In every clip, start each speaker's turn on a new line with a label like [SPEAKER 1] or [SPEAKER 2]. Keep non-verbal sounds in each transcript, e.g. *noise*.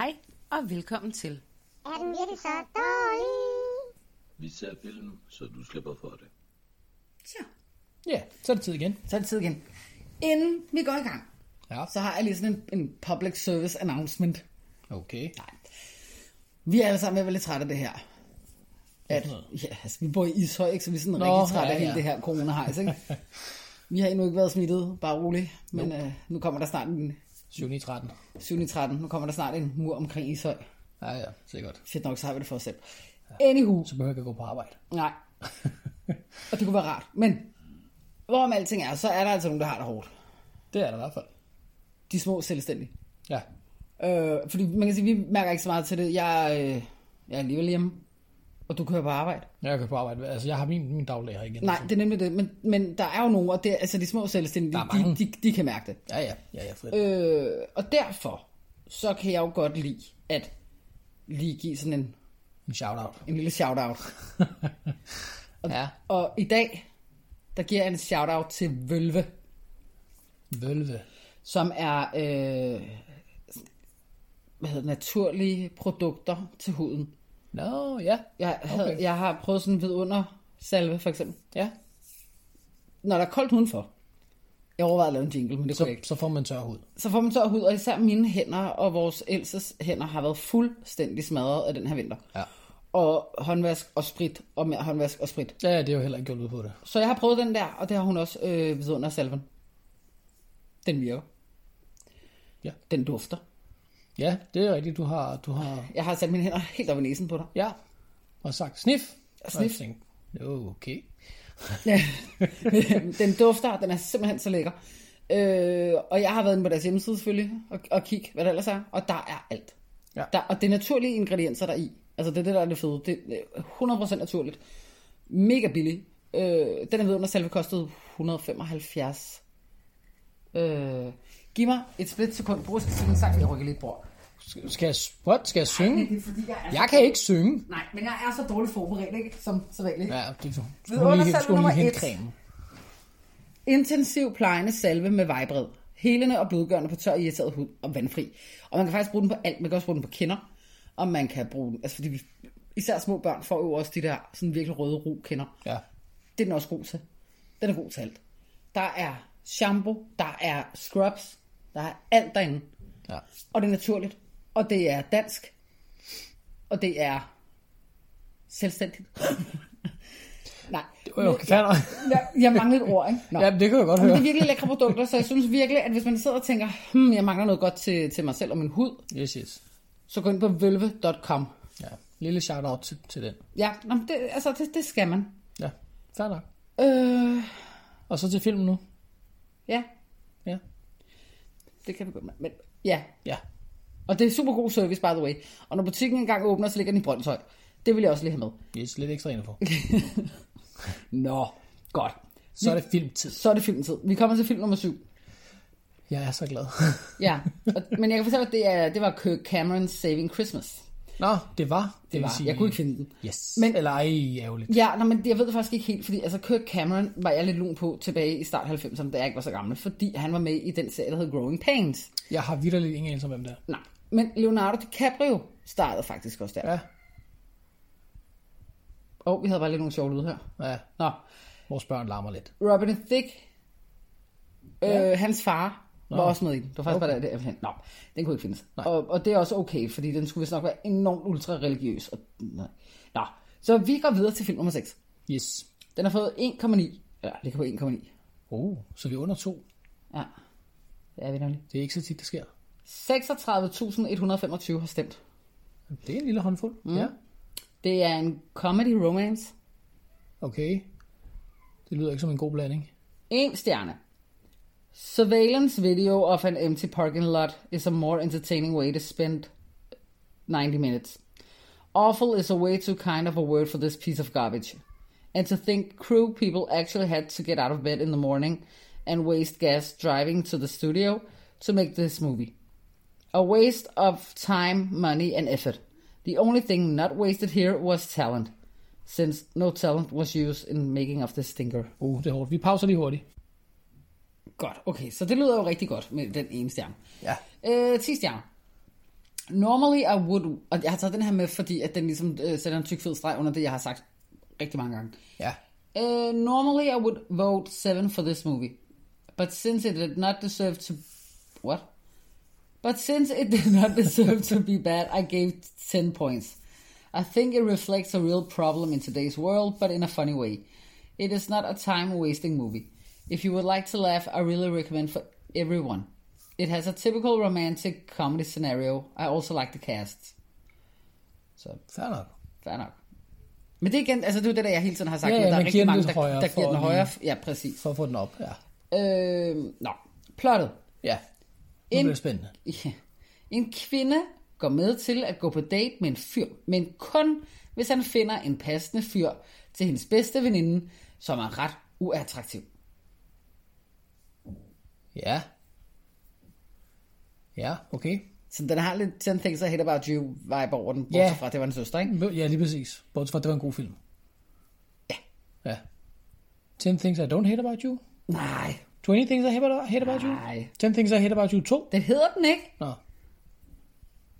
[SPEAKER 1] Hej og velkommen til.
[SPEAKER 2] Er den virkelig så dårlig?
[SPEAKER 3] Vi ser filmen, så du slipper for det.
[SPEAKER 1] Så,
[SPEAKER 4] Ja, så er det tid igen.
[SPEAKER 1] så er det tid igen. Inden vi går i gang,
[SPEAKER 4] Ja.
[SPEAKER 1] så har jeg lige sådan en, en public service announcement.
[SPEAKER 4] Okay.
[SPEAKER 1] Vi er alle sammen ved at være lidt trætte af det her. At,
[SPEAKER 4] for noget?
[SPEAKER 1] ja, altså, vi bor i Ishøj, ikke? så vi er sådan
[SPEAKER 4] Nå,
[SPEAKER 1] rigtig trætte
[SPEAKER 4] ja,
[SPEAKER 1] af hele
[SPEAKER 4] ja.
[SPEAKER 1] det her coronahejs. *laughs* Ikke? vi har endnu ikke været smittet, bare roligt. Men øh, nu kommer der snart en
[SPEAKER 4] 7 9, 13.
[SPEAKER 1] 7. 13. Nu kommer der snart en mur omkring Ishøj.
[SPEAKER 4] Ja, ja, sikkert.
[SPEAKER 1] Fedt nok, så har vi det for os selv. Anywho.
[SPEAKER 4] Så behøver jeg ikke at gå på arbejde.
[SPEAKER 1] Nej. Og det kunne være rart. Men hvorom alting er, så er der altså nogen, der har det hårdt.
[SPEAKER 4] Det er der i hvert fald.
[SPEAKER 1] De små selvstændige.
[SPEAKER 4] Ja.
[SPEAKER 1] Øh, fordi man kan sige, vi mærker ikke så meget til det. Jeg, øh, jeg er alligevel hjemme, og du kører på arbejde.
[SPEAKER 4] Jeg kan på arbejde. Altså, jeg har min, min daglig her igen.
[SPEAKER 1] Nej, det er nemlig det. Men, men der er jo nogen, og det, er- altså de små selvstændige,
[SPEAKER 4] Der er
[SPEAKER 1] de,
[SPEAKER 4] mange.
[SPEAKER 1] de, de kan mærke det.
[SPEAKER 4] Ja, ja. Ja, ja, frit.
[SPEAKER 1] Øh, og derfor, så kan jeg jo godt lide, at lige give sådan en,
[SPEAKER 4] En shout-out.
[SPEAKER 1] en lille shout-out.
[SPEAKER 4] ja.
[SPEAKER 1] Og i dag, der giver jeg en shout-out til Vølve,
[SPEAKER 4] Vølve.
[SPEAKER 1] som er øh, hvad hedder, det, naturlige produkter til huden.
[SPEAKER 4] Nå, ja.
[SPEAKER 1] Jeg, havde,
[SPEAKER 4] Okay.
[SPEAKER 1] jeg har prøvet sådan en vidunder salve, for eksempel.
[SPEAKER 4] Ja.
[SPEAKER 1] Når der er koldt udenfor, jeg overvejede at lave en jingle, men det
[SPEAKER 4] Så,
[SPEAKER 1] kunne jeg ikke.
[SPEAKER 4] så får man tør hud.
[SPEAKER 1] Så får man tør hud, og især mine hænder og vores Elses hænder har været fuldstændig smadret af den her vinter.
[SPEAKER 4] Ja.
[SPEAKER 1] Og håndvask og sprit, og mere håndvask og sprit.
[SPEAKER 4] Ja, det er jo heller ikke gjort ud på det.
[SPEAKER 1] Så jeg har prøvet den der, og det har hun også øh, vidunder salven. Den virker.
[SPEAKER 4] Ja.
[SPEAKER 1] Den dufter.
[SPEAKER 4] Ja, det er rigtigt. Du har... Du har...
[SPEAKER 1] Jeg har sat mine hænder helt op i næsen på dig.
[SPEAKER 4] Ja. Og sagt snif.
[SPEAKER 1] Og snif.
[SPEAKER 4] Og jeg tænkte, "Nå, okay.
[SPEAKER 1] Ja. *laughs* den dufter, den er simpelthen så lækker. Øh, og jeg har været inde på deres hjemmeside selvfølgelig, og, og kigge, hvad der ellers er, og der er alt.
[SPEAKER 4] Ja.
[SPEAKER 1] Der, og det er naturlige ingredienser, der er i. Altså det er det, der er det fede. Det er 100% naturligt. Mega billig. Øh, den er ved under selve kostede 175. Øh, giv mig et split sekund. Brug skal sige en sang, jeg rykker lidt bord.
[SPEAKER 4] Skal- Skal jeg, what? Skal jeg synge?
[SPEAKER 1] Det er fordi, jeg er
[SPEAKER 4] Jeg kan ikke synge.
[SPEAKER 1] Nej, men jeg er så dårligt forberedt, ikke? Som så vanligt.
[SPEAKER 4] Ja, det skulle
[SPEAKER 1] Ved
[SPEAKER 4] hun lige,
[SPEAKER 1] undersalve
[SPEAKER 4] skulle hun lige
[SPEAKER 1] nummer
[SPEAKER 4] hente
[SPEAKER 1] et.
[SPEAKER 4] cremen.
[SPEAKER 1] Intensiv plejende salve med vejbred. Helende og blødgørende på tør, irriteret hud og vandfri. Og man kan faktisk bruge den på alt. Man kan også bruge den på kinder. Og man kan bruge den... Altså fordi vi, især små børn får jo også de der sådan virkelig røde ro kinder.
[SPEAKER 4] Ja.
[SPEAKER 1] Det er den også god til. Den er god til alt. Der er shampoo, der er scrubs, der er alt derinde.
[SPEAKER 4] Ja.
[SPEAKER 1] Og det er naturligt. Og det er dansk. Og det er selvstændigt. *laughs* Nej.
[SPEAKER 4] Det var jo fair nok.
[SPEAKER 1] Jeg, jeg mangler et ord, ikke? Nå.
[SPEAKER 4] Ja, det kan jeg godt
[SPEAKER 1] Men det
[SPEAKER 4] høre.
[SPEAKER 1] er virkelig lækre produkter, så jeg synes virkelig, at hvis man sidder og tænker, hmm, jeg mangler noget godt til, til mig selv og min hud,
[SPEAKER 4] Yes, yes.
[SPEAKER 1] så gå ind på vølve.com.
[SPEAKER 4] Ja. Lille shout-out til, til den.
[SPEAKER 1] Ja, nå, men det, altså, det, det skal man.
[SPEAKER 4] Ja, fair nok.
[SPEAKER 1] Øh,
[SPEAKER 4] Og så til filmen nu.
[SPEAKER 1] ja,
[SPEAKER 4] Ja.
[SPEAKER 1] det kan vi godt med. Men, ja,
[SPEAKER 4] Ja.
[SPEAKER 1] og det er super god service, by the way. Og når butikken engang åbner, så ligger den i Brøndshøj. Det vil jeg også lige have med.
[SPEAKER 4] Yes, lidt ekstra info.
[SPEAKER 1] *laughs* Nå, godt.
[SPEAKER 4] Så er det filmtid.
[SPEAKER 1] Så er det filmtid. Vi kommer til film nummer syv.
[SPEAKER 4] Jeg er så glad.
[SPEAKER 1] Ja, og, men jeg kan fortælle, at det, er, det var Kirk Camerons Saving Christmas.
[SPEAKER 4] *laughs* Nå, det var. Det, vil
[SPEAKER 1] var. Jeg kunne ikke finde den.
[SPEAKER 4] Yes.
[SPEAKER 1] Men-
[SPEAKER 4] Men... Eller ej, ærgerligt.
[SPEAKER 1] Ja, nå, men jeg ved det faktisk ikke helt, fordi altså Kirk Cameron var jeg lidt lun på tilbage i start 90'erne, da jeg ikke var så gammel, fordi han var med i den serie, der hed Growing Pains.
[SPEAKER 4] Jeg har vidderligt ingen anelse om, hvem det er.
[SPEAKER 1] Nej, men Leonardo DiCaprio startede faktisk også der. Ja.
[SPEAKER 4] Ja,
[SPEAKER 1] Og vi havde bare lidt nogle sjove lyde her.
[SPEAKER 4] ja.
[SPEAKER 1] Nå,
[SPEAKER 4] Vores børn larmer lidt.
[SPEAKER 1] Robin Thicke, øh, ja. hans far, var
[SPEAKER 4] Nå.
[SPEAKER 1] også med i den. Det var faktisk okay.
[SPEAKER 4] Okay.
[SPEAKER 1] bare der, det, jeg Nå, den kunne ikke findes.
[SPEAKER 4] Nej.
[SPEAKER 1] Og, og, det er også okay, fordi den skulle vist nok være enormt ultra-religiøs. Og, nej. Nå, så vi går videre til film nummer 6.
[SPEAKER 4] Yes.
[SPEAKER 1] Den har fået 1,9. Ja, ligger på 1,9.
[SPEAKER 4] Oh, så vi er under to.
[SPEAKER 1] Ja, det er vi nemlig.
[SPEAKER 4] Det er ikke så tit, det sker.
[SPEAKER 1] 36.125 har stemt.
[SPEAKER 4] Det er en lille håndfuld. Mm. Ja.
[SPEAKER 1] Det er en comedy romance.
[SPEAKER 4] Okay. Det lyder ikke som en god blanding.
[SPEAKER 1] En stjerne. Surveillance video of an empty parking lot is a more entertaining way to spend 90 minutes. Awful is a way too kind of a word for this piece of garbage. And to think crew people actually had to get out of bed in the morning and waste gas driving to the studio to make this movie. A waste of time, money, and effort. The only thing not wasted here was talent, since no talent was used in making of this stinker.
[SPEAKER 4] Uh, det er hårdt. Vi pauser lige hurtigt.
[SPEAKER 1] Godt, okay, så det lyder jo rigtig godt med den ene stjerne.
[SPEAKER 4] Ja.
[SPEAKER 1] Øh, 10 stjerner. Normally I would... Og jeg har taget den her med, fordi at den ligesom øh, sætter en tyk fed streg under det, jeg har sagt rigtig mange gange.
[SPEAKER 4] Ja.
[SPEAKER 1] Uh, normally I would vote 7 for this movie. But since it did not deserve to... What? But since it *laughs* did not deserve to be bad, I gave 10 points. I think it reflects a real problem in today's world, but in a funny way. It is not a time wasting movie. If you would like to laugh, I really recommend for everyone. It has a typical romantic comedy scenario. I also like the cast. Så
[SPEAKER 4] Fair nok.
[SPEAKER 1] Fair nok. Men det er igen, altså det er jo det, der jeg hele tiden har sagt,
[SPEAKER 4] Ja,
[SPEAKER 1] ja,
[SPEAKER 4] ja,
[SPEAKER 1] der er
[SPEAKER 4] man giver
[SPEAKER 1] rigtig
[SPEAKER 4] den
[SPEAKER 1] mange,
[SPEAKER 4] lidt
[SPEAKER 1] der,
[SPEAKER 4] højere
[SPEAKER 1] der giver
[SPEAKER 4] for
[SPEAKER 1] den
[SPEAKER 4] at
[SPEAKER 1] højere. Ja, præcis.
[SPEAKER 4] For at få den op. Ja.
[SPEAKER 1] Øh, nå, plottet.
[SPEAKER 4] Ja. Nu
[SPEAKER 1] En-
[SPEAKER 4] bliver det spændende.
[SPEAKER 1] Ja. En kvinde går med til at gå på date med en fyr, men kun hvis han finder en passende fyr til hendes bedste veninde, som er ret uattraktiv.
[SPEAKER 4] Ja. Ja, okay.
[SPEAKER 1] Så den har lidt 10 things I hate about you vibe over den, bortset
[SPEAKER 4] Ja.
[SPEAKER 1] fra, at det var en søster, ikke?
[SPEAKER 4] Ja, lige præcis. Bortset fra, at det var en god film.
[SPEAKER 1] Ja.
[SPEAKER 4] Ja. 10 Things I Don't Hate About You.
[SPEAKER 1] Nej,
[SPEAKER 4] 20 Things I Hate About, hate about You.
[SPEAKER 1] Nej.
[SPEAKER 4] 10 Things I Hate About You 2.
[SPEAKER 1] det hedder den ikke. *laughs*
[SPEAKER 4] Nå.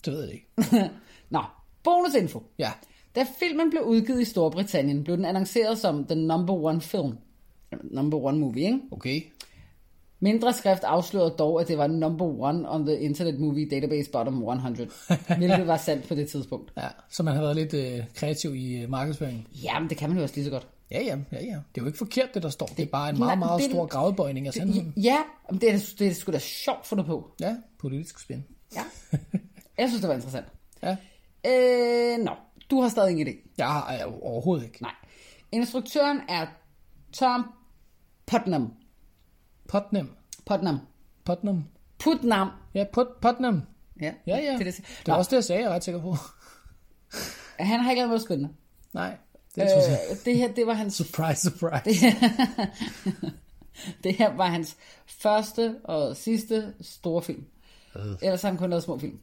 [SPEAKER 4] Det ved jeg ikke.
[SPEAKER 1] Nå, bonusinfo.
[SPEAKER 4] *laughs* Ja.
[SPEAKER 1] Da filmen blev udgivet i Storbritannien, blev den annonceret som the number one film. Number one movie, ikke?
[SPEAKER 4] Okay.
[SPEAKER 1] Mindre skrift afslørede dog, at det var number one on the Internet Movie Database Bottom
[SPEAKER 4] *laughs*
[SPEAKER 1] 100, hvilket var sandt på det tidspunkt.
[SPEAKER 4] Ja, så man har været lidt øh, kreativ i øh, markedsføringen.
[SPEAKER 1] Jamen, det kan man jo også lige så godt.
[SPEAKER 4] Ja, ja, ja, ja. Det er jo ikke forkert, det der står. Det, det er bare en
[SPEAKER 1] nej,
[SPEAKER 4] meget, meget
[SPEAKER 1] det-
[SPEAKER 4] stor gravebøjning af sandheden.
[SPEAKER 1] Ja, men det er, det er sgu da sjovt fundet på.
[SPEAKER 4] Ja, politisk spin. *laughs*
[SPEAKER 1] Ja. Jeg synes, det var interessant.
[SPEAKER 4] Ja.
[SPEAKER 1] Øh, nå, du har stadig ingen idé.
[SPEAKER 4] Jeg har jeg har overhovedet ikke.
[SPEAKER 1] Nej. Instruktøren er Tom Putnam.
[SPEAKER 4] Putnam.
[SPEAKER 1] Putnam.
[SPEAKER 4] Putnam.
[SPEAKER 1] Putnam.
[SPEAKER 4] Ja, Put, Putnam.
[SPEAKER 1] Ja,
[SPEAKER 4] Ja, ja.
[SPEAKER 1] Det, er det.
[SPEAKER 4] det
[SPEAKER 1] Nå,
[SPEAKER 4] var også det, jeg sagde, jeg er ret sikker på. *laughs*
[SPEAKER 1] Han har ikke lavet noget spændende.
[SPEAKER 4] Nej, det tror jeg.
[SPEAKER 1] Øh, det her, det var hans
[SPEAKER 4] *laughs* Surprise, surprise.
[SPEAKER 1] Det her var hans første og sidste store film. Øh. Ellers har han kun lavet små film.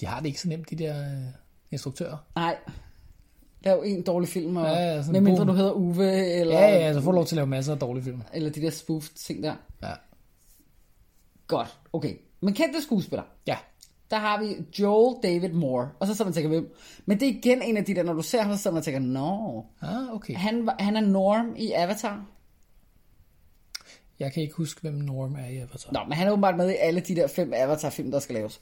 [SPEAKER 4] De har det ikke så nemt, de der øh, instruktører.
[SPEAKER 1] Nej. Der er jo en dårlig film, og
[SPEAKER 4] Ja,
[SPEAKER 1] ja,
[SPEAKER 4] ja,
[SPEAKER 1] ja,
[SPEAKER 4] sådan
[SPEAKER 1] medmindre
[SPEAKER 4] boom.
[SPEAKER 1] du hedder Uwe, eller,
[SPEAKER 4] Ja, ja, så får du lov til at lave masser af dårlige film.
[SPEAKER 1] eller de der spoof ting der.
[SPEAKER 4] Ja.
[SPEAKER 1] Godt, okay. Men kendte skuespiller,
[SPEAKER 4] Ja.
[SPEAKER 1] der har vi Joel David Moore, og så sidder man og tænker, hvem? Men det er igen en af de der, når du ser ham, så sidder man og tænker, nå.
[SPEAKER 4] Ah, okay.
[SPEAKER 1] Han, var- han er Norm i Avatar.
[SPEAKER 4] Jeg kan ikke huske, hvem Norm er i Avatar.
[SPEAKER 1] Nå, men han er åbenbart med i alle de der fem Avatar-film, der skal laves.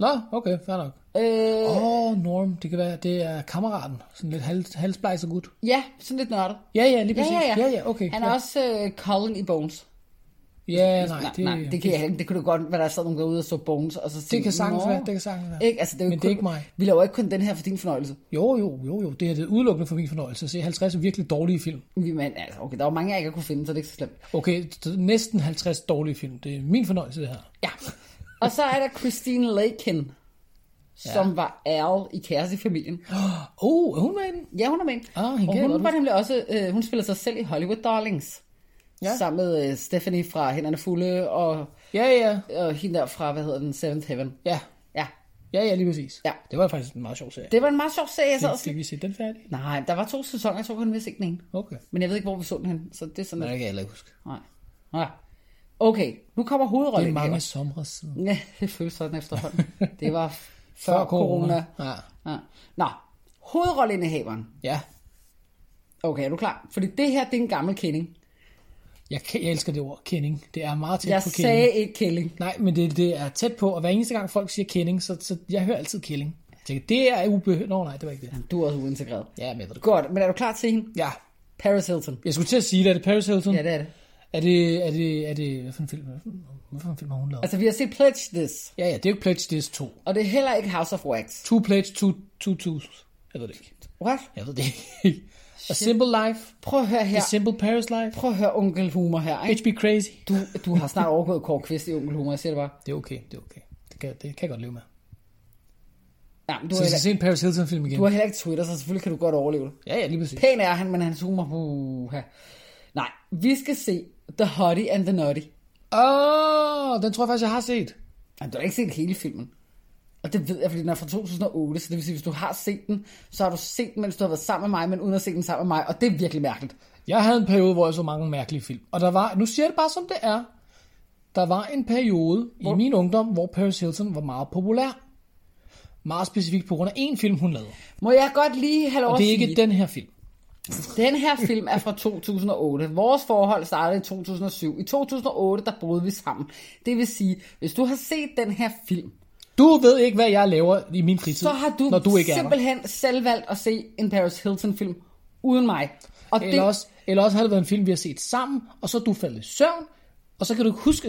[SPEAKER 4] Nå, okay, fair nok.
[SPEAKER 1] Øh,
[SPEAKER 4] Åh, oh, Norm, det kan være, det er kammeraten. Sådan lidt hal- halsblejset gut.
[SPEAKER 1] ja, sådan lidt nørdet.
[SPEAKER 4] Ja, ja, lige præcis. Ja, ja, okay.
[SPEAKER 1] Han er
[SPEAKER 4] ja.
[SPEAKER 1] også øh, Colin i Bones.
[SPEAKER 4] Ja, nej,
[SPEAKER 1] Nej,
[SPEAKER 4] det,
[SPEAKER 1] nej, det, kan jeg, ikke. det kunne det godt være, der sad nogen derude og så bones. Og så tænkte,
[SPEAKER 4] kan sagtens
[SPEAKER 1] "Nå."
[SPEAKER 4] være, det kan sagtens være.
[SPEAKER 1] Ikke? Altså, det er jo
[SPEAKER 4] Men
[SPEAKER 1] ikke
[SPEAKER 4] det er
[SPEAKER 1] kun-
[SPEAKER 4] ikke mig.
[SPEAKER 1] Vi laver ikke kun den her for din fornøjelse.
[SPEAKER 4] Jo, jo, jo, jo. Det her det er udelukkende for min fornøjelse at se 50 virkelig dårlige film.
[SPEAKER 1] Vi, men, altså, okay, der var mange, jeg ikke kunne finde, så det er ikke så slemt.
[SPEAKER 4] Okay, t- næsten 50 dårlige film. Det er min fornøjelse, det her.
[SPEAKER 1] Ja. Og så er der Christine Lakin, som ja. var Al i kærestefamilien.
[SPEAKER 4] Oh, er hun med i den?
[SPEAKER 1] Ja, hun er med. ind.
[SPEAKER 4] Ah, hende kan
[SPEAKER 1] og
[SPEAKER 4] jeg
[SPEAKER 1] hun
[SPEAKER 4] godt
[SPEAKER 1] var nemlig også, øh, hun spiller sig selv i Hollywood Darlings. Ja.
[SPEAKER 4] Ja.
[SPEAKER 1] Sammen med øh, Stephanie fra Hænderne Fulde, og,
[SPEAKER 4] Ja, ja.
[SPEAKER 1] og hende der fra, hvad hedder den, Seventh Heaven.
[SPEAKER 4] Ja,
[SPEAKER 1] Ja,
[SPEAKER 4] ja, ja lige præcis.
[SPEAKER 1] Ja.
[SPEAKER 4] Det var faktisk en meget sjov serie.
[SPEAKER 1] det var en meget sjov serie, jeg sad og
[SPEAKER 4] Fik vi set den færdig?
[SPEAKER 1] Nej, der var to sæsoner, jeg tror kun, vi har set den ene.
[SPEAKER 4] Okay.
[SPEAKER 1] Men jeg ved ikke, hvor vi så den hen, så det er sådan
[SPEAKER 4] Nej,
[SPEAKER 1] lidt-
[SPEAKER 4] det kan jeg heller ikke huske.
[SPEAKER 1] Nej. Nej. Okay, nu kommer
[SPEAKER 4] Det
[SPEAKER 1] hovedrollen.
[SPEAKER 4] er mange somre
[SPEAKER 1] *laughs*
[SPEAKER 4] siden.
[SPEAKER 1] Ja, det føles sådan efterhånden. Det
[SPEAKER 4] *laughs*
[SPEAKER 1] var f- før,
[SPEAKER 4] Før
[SPEAKER 1] før corona.
[SPEAKER 4] corona.
[SPEAKER 1] corona.
[SPEAKER 4] Ja.
[SPEAKER 1] Ja. Nå, hovedrolleindehaveren.
[SPEAKER 4] Ja.
[SPEAKER 1] Okay, er du klar? Fordi det her, det er en gammel kending.
[SPEAKER 4] Jeg, kan- jeg elsker det ord, kending. Det er meget tæt
[SPEAKER 1] Jeg
[SPEAKER 4] på kending.
[SPEAKER 1] sagde ikke kælling.
[SPEAKER 4] Nej, men det, det er tæt på, og hver eneste gang folk siger kending, så, så jeg hører altid killing. Jeg tænker, det er ubehøvet. Nå nej, det var ikke det.
[SPEAKER 1] Du er også uintegreret.
[SPEAKER 4] Ja, men jeg ved det godt.
[SPEAKER 1] Godt, men er du klar til hende?
[SPEAKER 4] Ja,
[SPEAKER 1] Paris Hilton.
[SPEAKER 4] jeg skulle til at sige det. Er det Paris Hilton?
[SPEAKER 1] Ja, det er det.
[SPEAKER 4] Er det, er det, er det, hvad for en film, hvad for en- hvad for en film har hun lavet?
[SPEAKER 1] Altså, vi har set Pledge This,
[SPEAKER 4] Ja, ja, det er jo ikke Pledge This 2.
[SPEAKER 1] og det er heller ikke House of Wax.
[SPEAKER 4] Two Pledge, two, two twos. Jeg ved det ikke.
[SPEAKER 1] What?
[SPEAKER 4] Jeg ved det ikke. A Simple Life,
[SPEAKER 1] Prøv at høre her.
[SPEAKER 4] A Simple Paris Life,
[SPEAKER 1] Prøv at høre onkel humor her, ikke?
[SPEAKER 4] Bitch Be Crazy.
[SPEAKER 1] Du, du har snart overgået Kåre Kvist i onkel humor, jeg siger det bare.
[SPEAKER 4] Det er okay, det er okay. Det kan, det kan jeg godt leve med.
[SPEAKER 1] Ja, men du,
[SPEAKER 4] Så
[SPEAKER 1] har
[SPEAKER 4] jeg skal
[SPEAKER 1] heller,
[SPEAKER 4] se en Paris Hilton film igen.
[SPEAKER 1] du har heller ikke Twitter, så selvfølgelig kan du godt overleve det.
[SPEAKER 4] Ja, ja, lige præcis.
[SPEAKER 1] Pæn er han, men hans humor, uh, Nej, vi skal se The Hottie and the Nutty.
[SPEAKER 4] Åh, oh, den tror jeg faktisk, jeg har set.
[SPEAKER 1] Jamen, du har ikke set hele filmen. Og det ved jeg, fordi den er fra 2008, så det vil sige, hvis du har set den, så har du set den, mens du har været sammen med mig, men uden at se den sammen med mig, og det er virkelig mærkeligt.
[SPEAKER 4] Jeg havde en periode, hvor jeg så mange mærkelige film. Og der var, nu siger jeg det bare som det er, der var en periode hvor? i min ungdom, hvor Paris Hilton var meget populær. Meget specifikt på grund af en film, hun lavede.
[SPEAKER 1] Må jeg godt lige have lov
[SPEAKER 4] Og
[SPEAKER 1] at
[SPEAKER 4] det er
[SPEAKER 1] sige,
[SPEAKER 4] ikke den her film.
[SPEAKER 1] den her film er fra 2008. Vores forhold startede i 2007. I 2008, der boede vi sammen. Det vil sige, hvis du har set den her film,
[SPEAKER 4] Du ved ikke, hvad jeg laver i min fritid,
[SPEAKER 1] så har du,
[SPEAKER 4] når du ikke er der.
[SPEAKER 1] simpelthen selv valgt at se en Paris Hilton film uden mig. Og det,
[SPEAKER 4] Eller også, eller også har det været en film, vi har set sammen, og så er du faldet i søvn, og så kan du ikke huske,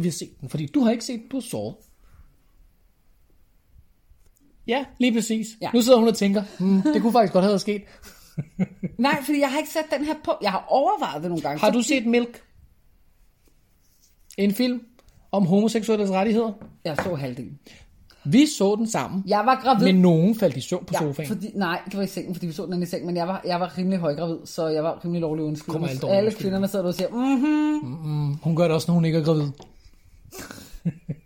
[SPEAKER 4] vi har set den, fordi du har ikke set den, du har sovet. Ja, lige præcis.
[SPEAKER 1] Ja.
[SPEAKER 4] Ja. Nu sidder hun og tænker, hmm, det kunne faktisk godt have været sket.
[SPEAKER 1] nej, fordi jeg har ikke sat den her på. Jeg har overvejet det nogle gange.
[SPEAKER 4] Har
[SPEAKER 1] Så-
[SPEAKER 4] du set Milk? En film om homoseksuelles rettigheder.
[SPEAKER 1] Jeg så halvdelen.
[SPEAKER 4] Vi så den sammen,
[SPEAKER 1] Jeg var gravid.
[SPEAKER 4] men nogen faldt i søvn på sofaen.
[SPEAKER 1] Fordi, nej, det var i sengen, fordi vi så den inde i sengen, men jeg var, jeg var rimelig højgravid, så jeg var rimelig lovlig undskyld.
[SPEAKER 4] Kommer alle
[SPEAKER 1] Alle,
[SPEAKER 4] dårlige
[SPEAKER 1] alle
[SPEAKER 4] undskyldninger.
[SPEAKER 1] kvinderne sidder der og siger, mhm. Mm
[SPEAKER 4] Hun gør det også, når hun ikke er gravid.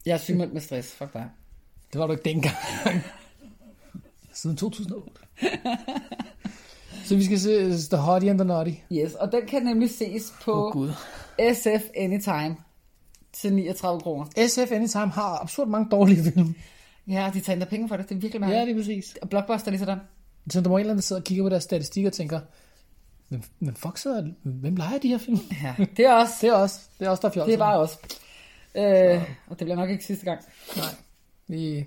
[SPEAKER 1] jeg er sygemeldt med stress, fuck dig.
[SPEAKER 4] Det var du ikke dengang. Siden 2008. *laughs* Så vi skal se øh, The Hottie and the Naughty.
[SPEAKER 1] Yes, og den kan nemlig ses på
[SPEAKER 4] Åh, Gud.
[SPEAKER 1] SF Anytime til 39 kroner.
[SPEAKER 4] SF Anytime har absurd mange dårlige film.
[SPEAKER 1] Ja, de tager endda penge for det, det er virkelig
[SPEAKER 4] Ja,
[SPEAKER 1] mærkeligt.
[SPEAKER 4] det er præcis.
[SPEAKER 1] Og Blockbuster lige sådan.
[SPEAKER 4] Så der må en eller anden, der sidder og kigger på deres statistik og tænker, hvem, hvem fuck sidder, hvem leger de her film? *laughs*
[SPEAKER 1] Ja, det er også,
[SPEAKER 4] Det er os. Det er os, der er fjolser.
[SPEAKER 1] det er bare også. Øh, og det bliver nok ikke sidste gang.
[SPEAKER 4] Nej, vi,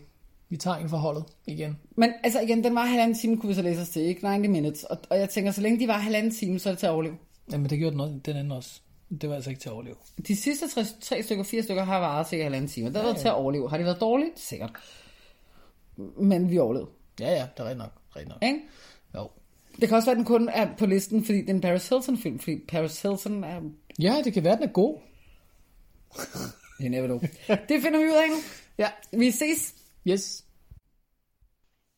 [SPEAKER 4] vi tager en for holdet igen.
[SPEAKER 1] Men altså igen, den var halvanden time, kunne vi så læse os til, ikke? 90 minutes. Og, og jeg tænker, så længe de var halvanden time, så er det til at overleve.
[SPEAKER 4] Jamen, det gjorde den, også, den anden også. Det var altså ikke til at overleve.
[SPEAKER 1] De sidste tre, tre stykker, fire stykker har varet cirka halvanden time. Der har været til at overleve. Har det været dårligt? Sikkert. Men vi overlevede.
[SPEAKER 4] Ja, ja, det er rigtigt nok. Rigtig nok.
[SPEAKER 1] Ikke?
[SPEAKER 4] Jo.
[SPEAKER 1] Det kan også være, at den kun er på listen, fordi det er en Paris Hilton-film. Fordi Paris Hilton er...
[SPEAKER 4] Ja, det kan være, den er god.
[SPEAKER 1] You never *laughs* know. det finder vi ud af nu.
[SPEAKER 4] Ja.
[SPEAKER 1] Vi ses.
[SPEAKER 4] Yes.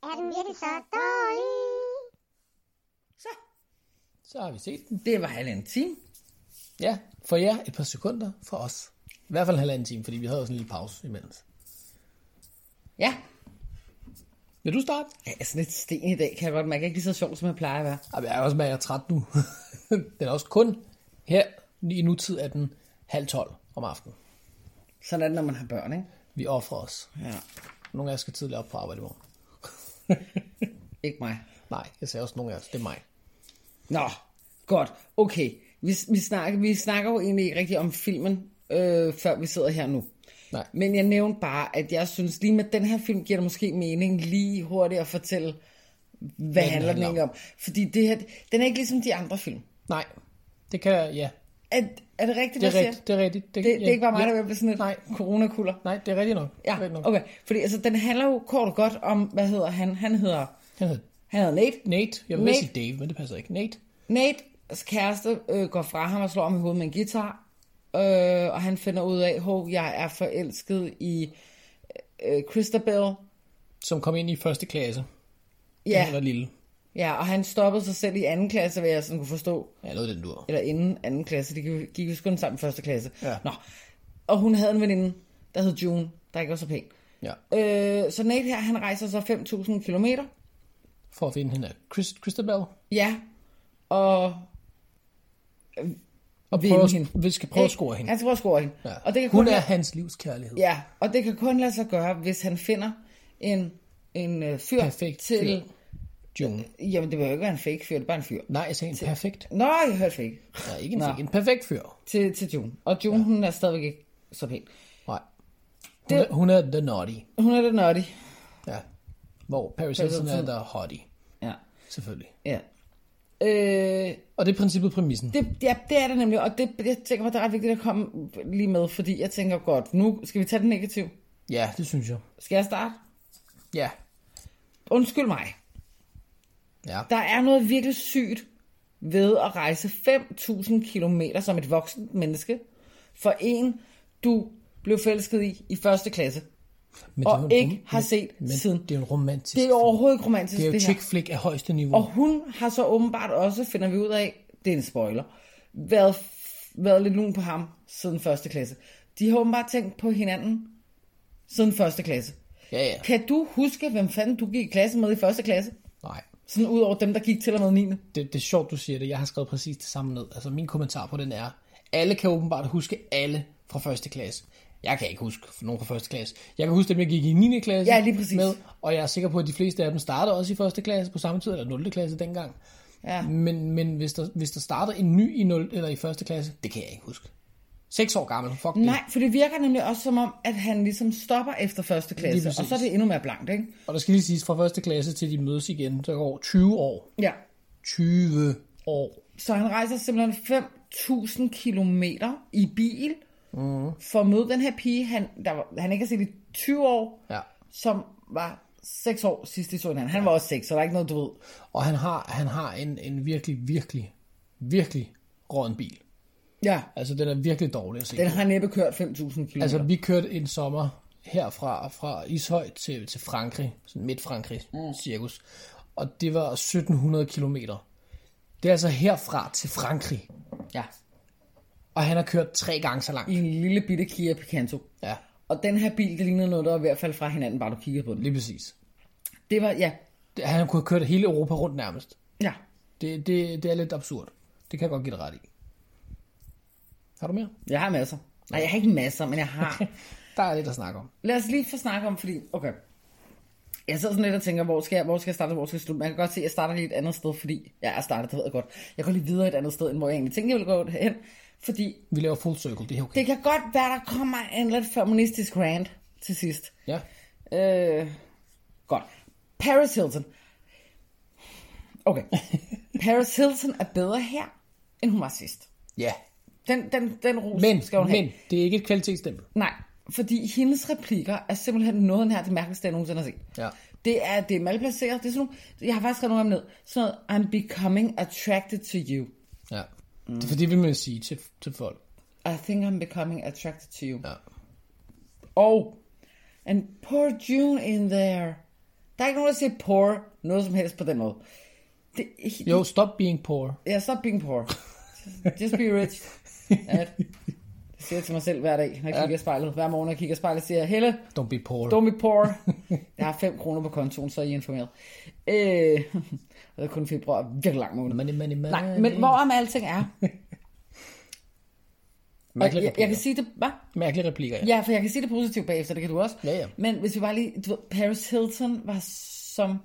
[SPEAKER 2] Er den virkelig så dårlig?
[SPEAKER 1] Så.
[SPEAKER 4] Så har vi set den.
[SPEAKER 1] Det var halvanden time.
[SPEAKER 4] Ja, for jer et par sekunder for os. I hvert fald en halvanden time, fordi vi havde også en lille pause imens.
[SPEAKER 1] Ja.
[SPEAKER 4] Vil du starte?
[SPEAKER 1] Jeg er sådan altså lidt sten i dag, kan jeg godt mærke. Jeg er ikke lige så sjov, som jeg plejer at være.
[SPEAKER 4] Jamen, jeg er også med, at jeg er træt nu. *laughs* den er også kun her i nutid er den halv tolv om aftenen.
[SPEAKER 1] Sådan er det, når man har børn, ikke?
[SPEAKER 4] Vi offrer os.
[SPEAKER 1] Ja.
[SPEAKER 4] Nogle af jer skal tidligere op på arbejde i morgen.
[SPEAKER 1] Ikke mig.
[SPEAKER 4] Nej, jeg sagde også nogle af jer. Det er mig.
[SPEAKER 1] Nå, godt. Okay. Vi, vi, snakker, vi snakker jo egentlig ikke rigtig om filmen, øh, før vi sidder her nu.
[SPEAKER 4] Nej.
[SPEAKER 1] Men jeg nævnte bare, at jeg synes lige med den her film, giver det måske mening lige hurtigt at fortælle, hvad, hvad handler den
[SPEAKER 4] handler
[SPEAKER 1] egentlig om. Fordi det her, den er ikke ligesom de andre film.
[SPEAKER 4] Nej, det kan jeg, ja.
[SPEAKER 1] Er, er det rigtigt,
[SPEAKER 4] Det er
[SPEAKER 1] hvad jeg siger?
[SPEAKER 4] rigtigt, det er rigtigt.
[SPEAKER 1] Det, det, det er ikke bare mig, der vil blive sådan et
[SPEAKER 4] Nej.
[SPEAKER 1] coronakuller.
[SPEAKER 4] Nej, det er rigtigt nok. Det er rigtigt
[SPEAKER 1] Ja,
[SPEAKER 4] nok.
[SPEAKER 1] okay. Fordi altså, den handler jo kort og godt om, hvad hedder han? Han hedder,
[SPEAKER 4] Han hedder
[SPEAKER 1] han hedder Nate.
[SPEAKER 4] Nate. Jeg vil
[SPEAKER 1] Nate.
[SPEAKER 4] sige Dave, men det passer ikke. Nate.
[SPEAKER 1] Nates kæreste øh, går fra ham og slår ham i hovedet med en guitar, øh, og han finder ud af, at jeg er forelsket i øh, Christabel.
[SPEAKER 4] Som kom ind i første klasse. Ja. Han var
[SPEAKER 1] Ja,
[SPEAKER 4] lille.
[SPEAKER 1] ja, og han stoppede sig selv i anden klasse, hvad jeg sådan kunne forstå.
[SPEAKER 4] Ja, noget af den dur.
[SPEAKER 1] Eller inden anden klasse, de gik- gik jo kun sammen i første klasse.
[SPEAKER 4] Ja.
[SPEAKER 1] Nå. Og hun havde en veninde, der hed June, der ikke var så pæn.
[SPEAKER 4] Ja.
[SPEAKER 1] Øh, så Nate her, han rejser så 5.000 kilometer.
[SPEAKER 4] For at finde hende af Chris, Christabel.
[SPEAKER 1] Ja, og
[SPEAKER 4] Og
[SPEAKER 1] Vinde
[SPEAKER 4] prøve at,
[SPEAKER 1] hende.
[SPEAKER 4] vi skal prøve at score hende.
[SPEAKER 1] Han skal prøve at score hende.
[SPEAKER 4] Ja.
[SPEAKER 1] Og det kan
[SPEAKER 4] Hun
[SPEAKER 1] kun
[SPEAKER 4] er
[SPEAKER 1] lade-
[SPEAKER 4] hans livs kærlighed.
[SPEAKER 1] Ja, og det kan kun lade sig gøre, hvis han finder en, en øh, fyr
[SPEAKER 4] Perfekt
[SPEAKER 1] til
[SPEAKER 4] June.
[SPEAKER 1] Jamen, det behøver ikke være en fake fyr, det er bare en fyr.
[SPEAKER 4] Nej, jeg sagde en perfekt.
[SPEAKER 1] Nå, jeg hørte fake.
[SPEAKER 4] Der er ikke en,
[SPEAKER 1] Nå.
[SPEAKER 4] fake, en perfekt fyr.
[SPEAKER 1] Til, til June. Og June, ja. hun er stadigvæk ikke så pæn.
[SPEAKER 4] Nej. Hun, det... er, hun er the naughty.
[SPEAKER 1] Hun er lidt nørdig.
[SPEAKER 4] Ja. Hvor Paris Hilton er
[SPEAKER 1] Hilton.
[SPEAKER 4] the hottie,
[SPEAKER 1] Ja.
[SPEAKER 4] selvfølgelig.
[SPEAKER 1] Ja. Øh,
[SPEAKER 4] Og det er princippet præmissen. Det...
[SPEAKER 1] det, ja, det er det nemlig, og det, jeg tænker, at det er ret vigtigt at komme lige med, fordi jeg tænker godt, nu skal vi tage den negativ.
[SPEAKER 4] Ja, det synes jeg.
[SPEAKER 1] Skal jeg starte?
[SPEAKER 4] Ja.
[SPEAKER 1] Undskyld mig.
[SPEAKER 4] Ja.
[SPEAKER 1] Der er noget virkelig sygt ved at rejse 5.000 km som et voksent menneske for en, du blev forelsket i i første klasse.
[SPEAKER 4] Men
[SPEAKER 1] og
[SPEAKER 4] jo en
[SPEAKER 1] ikke
[SPEAKER 4] rom-
[SPEAKER 1] har set
[SPEAKER 4] men
[SPEAKER 1] siden.
[SPEAKER 4] Det er jo en romantisk
[SPEAKER 1] Det er
[SPEAKER 4] film.
[SPEAKER 1] overhovedet ikke romantisk,
[SPEAKER 4] Det er jo
[SPEAKER 1] det her.
[SPEAKER 4] chick flick af højeste niveau.
[SPEAKER 1] Og hun har så åbenbart også, finder vi ud af, det er en spoiler, været, f- været lidt lun på ham siden første klasse. De har åbenbart tænkt på hinanden siden første klasse.
[SPEAKER 4] Ja, ja.
[SPEAKER 1] Kan du huske, hvem fanden du gik i klasse med i første klasse?
[SPEAKER 4] Nej.
[SPEAKER 1] Sådan ud over dem, der gik til og med 9.
[SPEAKER 4] Det, det er sjovt, du siger det. Jeg har skrevet præcis det samme ned. Altså, min kommentar på den er, alle kan åbenbart huske alle fra første klasse. Jeg kan ikke huske nogen fra første klasse. Jeg kan huske dem, jeg gik i 9. klasse
[SPEAKER 1] Ja, lige præcis.
[SPEAKER 4] med, og jeg er sikker på, at de fleste af dem startede også i første klasse på samme tid, eller 0. klasse dengang.
[SPEAKER 1] Ja.
[SPEAKER 4] Men, men hvis, der, hvis der starter en ny i 0. eller i første klasse, det kan jeg ikke huske. 6 år gammel, fuck det.
[SPEAKER 1] Nej, for det virker nemlig også som om, at han ligesom stopper efter første klasse,
[SPEAKER 4] Lige
[SPEAKER 1] og
[SPEAKER 4] præcis.
[SPEAKER 1] så er det endnu mere blankt, ikke?
[SPEAKER 4] Og der skal lige siges, fra første klasse til de mødes igen, der går 20 år.
[SPEAKER 1] Ja.
[SPEAKER 4] 20 år.
[SPEAKER 1] Så han rejser simpelthen 5.000 kilometer i bil mm. for at møde den her pige, han, der var, han ikke har set i 20 år,
[SPEAKER 4] Ja.
[SPEAKER 1] som var 6 år sidst i så hinanden. Han var også 6, så der er ikke noget, du ved.
[SPEAKER 4] Og han har, han har en, en virkelig, virkelig, virkelig råden bil.
[SPEAKER 1] Ja.
[SPEAKER 4] Altså, den er virkelig dårlig at se.
[SPEAKER 1] Den har næppe kørt 5.000 kilometer.
[SPEAKER 4] Altså, vi kørte en sommer herfra, fra Ishøj til, til Frankrig, sådan midt Frankrig, mm. cirkus. Og det var 1700 kilometer. Det er altså herfra til Frankrig.
[SPEAKER 1] ja.
[SPEAKER 4] Og han har kørt tre gange så langt.
[SPEAKER 1] I en lille bitte Kia Picanto.
[SPEAKER 4] Ja,
[SPEAKER 1] Og den her bil, det lignede noget, der var i hvert fald fra hinanden, bare du kiggede på den.
[SPEAKER 4] lige præcis.
[SPEAKER 1] Det var, ja.
[SPEAKER 4] Det- Han kunne have kørt hele Europa rundt nærmest.
[SPEAKER 1] Ja.
[SPEAKER 4] Det, det, det er lidt absurd. Det kan jeg godt give dig ret i. Har du mere?
[SPEAKER 1] Jeg har masser. Nej, jeg har ikke masser, men jeg har.
[SPEAKER 4] Der er lidt at snakke om.
[SPEAKER 1] Lad os lige få snakket om, fordi... Okay. Jeg sidder sådan lidt og tænker, hvor skal jeg, hvor skal jeg starte, hvor skal jeg slutte? Man kan godt se, at jeg starter lige et andet sted, fordi jeg er startet, det ved jeg godt. Jeg går lige videre et andet sted, end hvor jeg egentlig tænkte, jeg ville gå hen. Fordi
[SPEAKER 4] Vi laver full circle, det er okay.
[SPEAKER 1] det kan godt være, der kommer en lidt feministisk rant til sidst.
[SPEAKER 4] Ja.
[SPEAKER 1] Øh, godt. Paris Hilton.
[SPEAKER 4] *laughs*
[SPEAKER 1] Okay. Paris Hilton er bedre her, end hun var sidst.
[SPEAKER 4] Ja.
[SPEAKER 1] Den, den, den ros
[SPEAKER 4] Men,
[SPEAKER 1] skal hun have.
[SPEAKER 4] men det er ikke et kvalitetsstempel.
[SPEAKER 1] Nej, fordi hendes replikker er simpelthen noget af den her, det mærkeligste, jeg nogensinde har set.
[SPEAKER 4] Ja.
[SPEAKER 1] Det er, det er malplaceret. Det er sådan nogle, jeg har faktisk skrevet nogle af dem ned. Sådan noget, I'm becoming attracted to you.
[SPEAKER 4] Ja. Mm. Det, for det vil man sige til, til folk.
[SPEAKER 1] I think I'm becoming attracted to you.
[SPEAKER 4] Ja.
[SPEAKER 1] Og, and poor June in there. Der er ikke nogen, der siger poor noget som helst på den måde. Det,
[SPEAKER 4] Jo, stop being poor.
[SPEAKER 1] Ja, så being poor. Just be rich. At, det siger jeg til mig selv hver dag, når jeg kigger i spejlet. Hver morgen, når jeg kigger i spejlet, siger jeg, Helle,
[SPEAKER 4] *laughs* Don't be poor.
[SPEAKER 1] Don't be poor. Jeg har 5 kroner på kontoen, så er I informeret. Øh, og det er kun februar, virkelig lang måned.
[SPEAKER 4] Money, money, money.
[SPEAKER 1] Nej, men hvorom alting er. Og
[SPEAKER 4] Mærkelige
[SPEAKER 1] jeg, jeg kan
[SPEAKER 4] replikker.
[SPEAKER 1] sige det, hva?
[SPEAKER 4] Mærkelige replikker, ja.
[SPEAKER 1] Ja, for jeg kan sige det positivt bagefter, det kan du også.
[SPEAKER 4] Ja, ja.
[SPEAKER 1] Men hvis vi bare lige, du ved, Paris Hilton var som,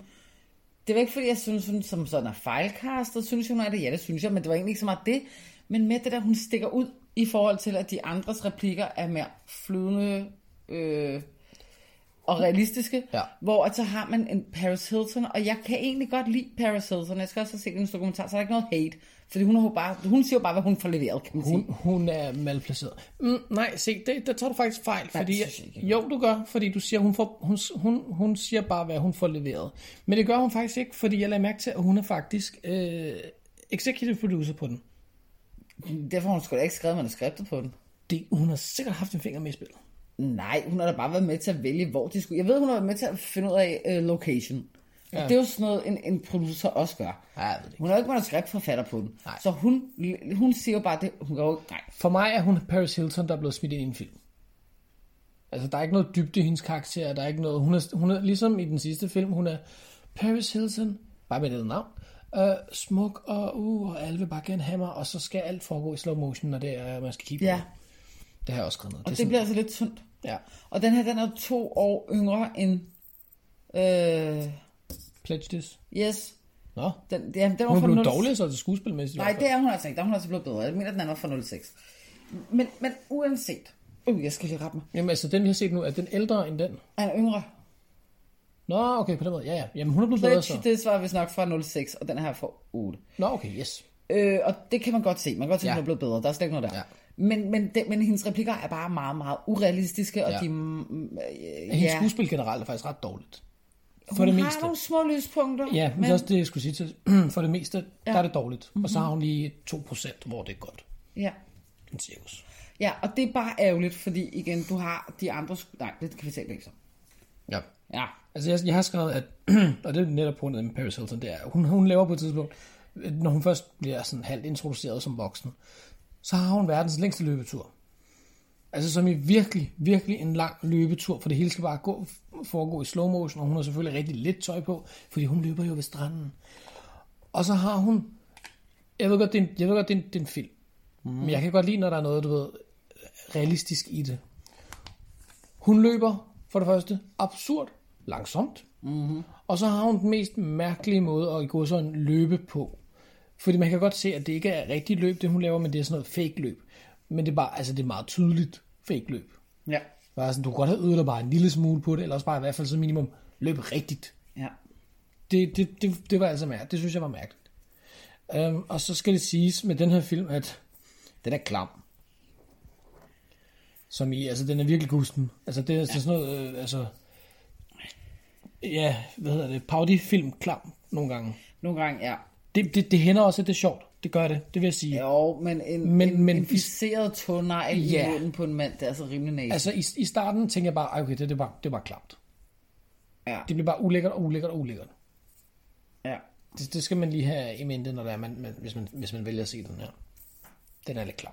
[SPEAKER 1] det var ikke fordi, jeg synes, hun som sådan er fejlkastet, synes jeg, hun er det, ja, det synes jeg, men det var egentlig ikke så meget det. Men med det der, hun stikker ud i forhold til, at de andres replikker er mere flydende øh, og realistiske,
[SPEAKER 4] Ja.
[SPEAKER 1] hvor at så har man en Paris Hilton, og jeg kan egentlig godt lide Paris Hilton, jeg skal også have set hendes dokumentar, så der er ikke noget hate, fordi hun, er jo bare, hun siger jo bare, hvad hun får leveret, kan man sige.
[SPEAKER 4] Hun, hun er malplaceret. Mm, nej, se, det, der tager du faktisk fejl.
[SPEAKER 1] Nej,
[SPEAKER 4] Fordi,
[SPEAKER 1] det synes jeg ikke.
[SPEAKER 4] jo, du gør, fordi du siger, hun, får, hun, hun, hun siger bare, hvad hun får leveret. Men det gør hun faktisk ikke, fordi jeg lader mærke til, at hun er faktisk øh, executive producer på den.
[SPEAKER 1] Derfor har hun sgu da ikke skrevet manuskriptet på den.
[SPEAKER 4] Det, hun har sikkert haft en finger med i spillet.
[SPEAKER 1] Nej, hun har da bare været med til at vælge, hvor de skulle. Jeg ved, hun har været med til at finde ud af uh, location. Ja. Og det er jo sådan noget, en, en producer også gør.
[SPEAKER 4] Ja, jeg ved det ikke.
[SPEAKER 1] hun har jo ikke manuskriptforfatter på den.
[SPEAKER 4] Nej.
[SPEAKER 1] Så hun, hun siger jo bare, det, hun kan jo ikke, nej.
[SPEAKER 4] For mig er hun Paris Hilton, der er blevet smidt ind i en film. Altså, der er ikke noget dybde i hendes karakter, der er ikke noget... Hun er, hun er ligesom i den sidste film, hun er Paris Hilton, bare med et andet navn, øh, smuk og uh, og alle vil bare gerne have mig, og så skal alt foregå i slow motion, når det er, øh, man skal kigge
[SPEAKER 1] Ja.
[SPEAKER 4] på. Det har jeg også skrevet ned.
[SPEAKER 1] Og det,
[SPEAKER 4] sådan-
[SPEAKER 1] bliver altså lidt sundt.
[SPEAKER 4] Ja.
[SPEAKER 1] Og den her, den er jo to år yngre end øh,
[SPEAKER 4] Prejudice.
[SPEAKER 1] Yes.
[SPEAKER 4] Nå,
[SPEAKER 1] Den, ja, den var
[SPEAKER 4] hun
[SPEAKER 1] fra
[SPEAKER 4] blev
[SPEAKER 1] 06.
[SPEAKER 4] dårlig, så er det skuespilmæssigt.
[SPEAKER 1] Nej, det er hun altså ikke. Der er hun altså blevet bedre. Jeg mener, den anden var fra 06. Men, men uanset. Uh, jeg skal lige rette mig.
[SPEAKER 4] Jamen altså, den vi har set nu, er den ældre end den?
[SPEAKER 1] Han er yngre.
[SPEAKER 4] Nå, okay, på den måde. Ja, ja. Jamen, hun er blevet bedre så.
[SPEAKER 1] Det var vist nok fra 06, og den her er fra 8.
[SPEAKER 4] Nå, okay, yes.
[SPEAKER 1] Øh, og det kan man godt se. Man kan godt se, at
[SPEAKER 4] Ja.
[SPEAKER 1] hun er blevet bedre. Der er slet ikke noget der.
[SPEAKER 4] Ja.
[SPEAKER 1] Men, men, det, men hendes replikker er bare meget, meget urealistiske, og
[SPEAKER 4] Ja.
[SPEAKER 1] de... mm, mm, øh,
[SPEAKER 4] Hendes
[SPEAKER 1] ja.
[SPEAKER 4] skuespil generelt er faktisk ret dårligt. For
[SPEAKER 1] hun
[SPEAKER 4] det
[SPEAKER 1] har
[SPEAKER 4] meste.
[SPEAKER 1] nogle små lyspunkter.
[SPEAKER 4] Ja, men, men...
[SPEAKER 1] men,
[SPEAKER 4] det er også det, jeg skulle sige til. *clears throat* For det meste, ja. der er det dårligt. Mm-hmm. Og så har hun lige 2%, hvor det er godt.
[SPEAKER 1] ja.
[SPEAKER 4] En cirkus.
[SPEAKER 1] ja, og det er bare ærgerligt, fordi igen, du har de andre... Sku... Nej, det kan vi se bagefter.
[SPEAKER 4] Ja.
[SPEAKER 1] Ja.
[SPEAKER 4] Altså, jeg, jeg har skrevet, at, *clears throat* og det er netop på grund af med Paris Hilton, det er, at hun, hun laver på et tidspunkt, øh, når hun først bliver sådan halvt introduceret som voksen, så har hun verdens længste løbetur. Altså, som i virkelig, virkelig en lang løbetur, for det hele skal bare gå, foregå i slow motion, og hun har selvfølgelig rigtig lidt tøj på, fordi hun løber jo ved stranden. Og så har hun, jeg ved godt, det er en, jeg ved godt, det er en, det er en film, mm. men jeg kan godt lide, når der er noget, du ved, realistisk i det. Hun løber for det første absurd langsomt, mm-hmm. og så har hun den mest mærkelige måde at gå sådan løbe på. Fordi man kan godt se, at det ikke er rigtigt løb, det hun laver, men det er sådan noget fake løb. Men det er bare, altså det er meget tydeligt fake løb.
[SPEAKER 1] Ja.
[SPEAKER 4] Bare sådan, du kunne godt have øvet dig bare en lille smule på det, eller også bare i hvert fald så minimum løb rigtigt.
[SPEAKER 1] Ja.
[SPEAKER 4] Det, det, det, det var altså mærkeligt. Det synes jeg var mærkeligt. Um, og så skal det siges med den her film, at den er klam. Som i, altså den er virkelig gusten. Altså det er ja. sådan noget, øh, altså... Ja, hvad hedder det? Paudi-film klam nogle gange.
[SPEAKER 1] Nogle gange, ja.
[SPEAKER 4] Det, det, det hænder også, at det er sjovt. Det gør det, det vil jeg sige.
[SPEAKER 1] Jo, men en,
[SPEAKER 4] Men-
[SPEAKER 1] men, en,
[SPEAKER 4] men-
[SPEAKER 1] men, en fisseret tånegl i
[SPEAKER 4] Ja.
[SPEAKER 1] munden på en mand, det er altså rimelig næst.
[SPEAKER 4] Altså i, i starten tænker jeg bare, "Ej, okay, det, det, var, det var klamt.
[SPEAKER 1] ja.
[SPEAKER 4] Det bliver bare ulækkert og ulækkert og ulækkert.
[SPEAKER 1] ja.
[SPEAKER 4] Det, det skal man lige have i mente, når det er, man, man, hvis, man, hvis man vælger at se den her. Den er lidt klam.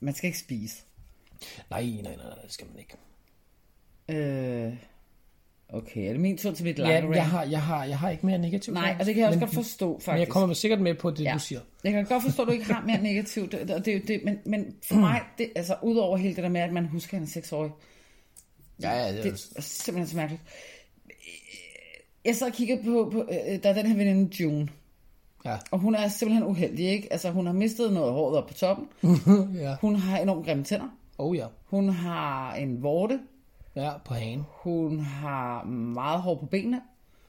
[SPEAKER 1] Man skal ikke spise.
[SPEAKER 4] Nej, nej, nej, nej, det skal man ikke.
[SPEAKER 1] Øh, okay, er det min tur til mit lange
[SPEAKER 4] Ja,
[SPEAKER 1] rant?
[SPEAKER 4] jeg har, jeg, har, jeg har ikke mere negativt.
[SPEAKER 1] Nej, og det kan jeg også godt forstå, faktisk.
[SPEAKER 4] Men jeg kommer sikkert med på det, ja. du siger.
[SPEAKER 1] Jeg kan godt forstå, at du ikke har mere negativt, og det, er jo det, men, men for mig, det, altså udover hele det der med, at man husker en seksårig,
[SPEAKER 4] Ja, ja, det,
[SPEAKER 1] det er simpelthen så mærkeligt. Øh, Jeg sad og kiggede på, på øh, der er den her veninde June,
[SPEAKER 4] ja. *laughs*
[SPEAKER 1] og hun er simpelthen uheldig, ikke? Altså hun har mistet noget af håret op på toppen,
[SPEAKER 4] ja.
[SPEAKER 1] hun har enormt grimme tænder,
[SPEAKER 4] Oh ja.
[SPEAKER 1] hun har en vorte,
[SPEAKER 4] Ja, på hagen.
[SPEAKER 1] hun har meget hår på benene,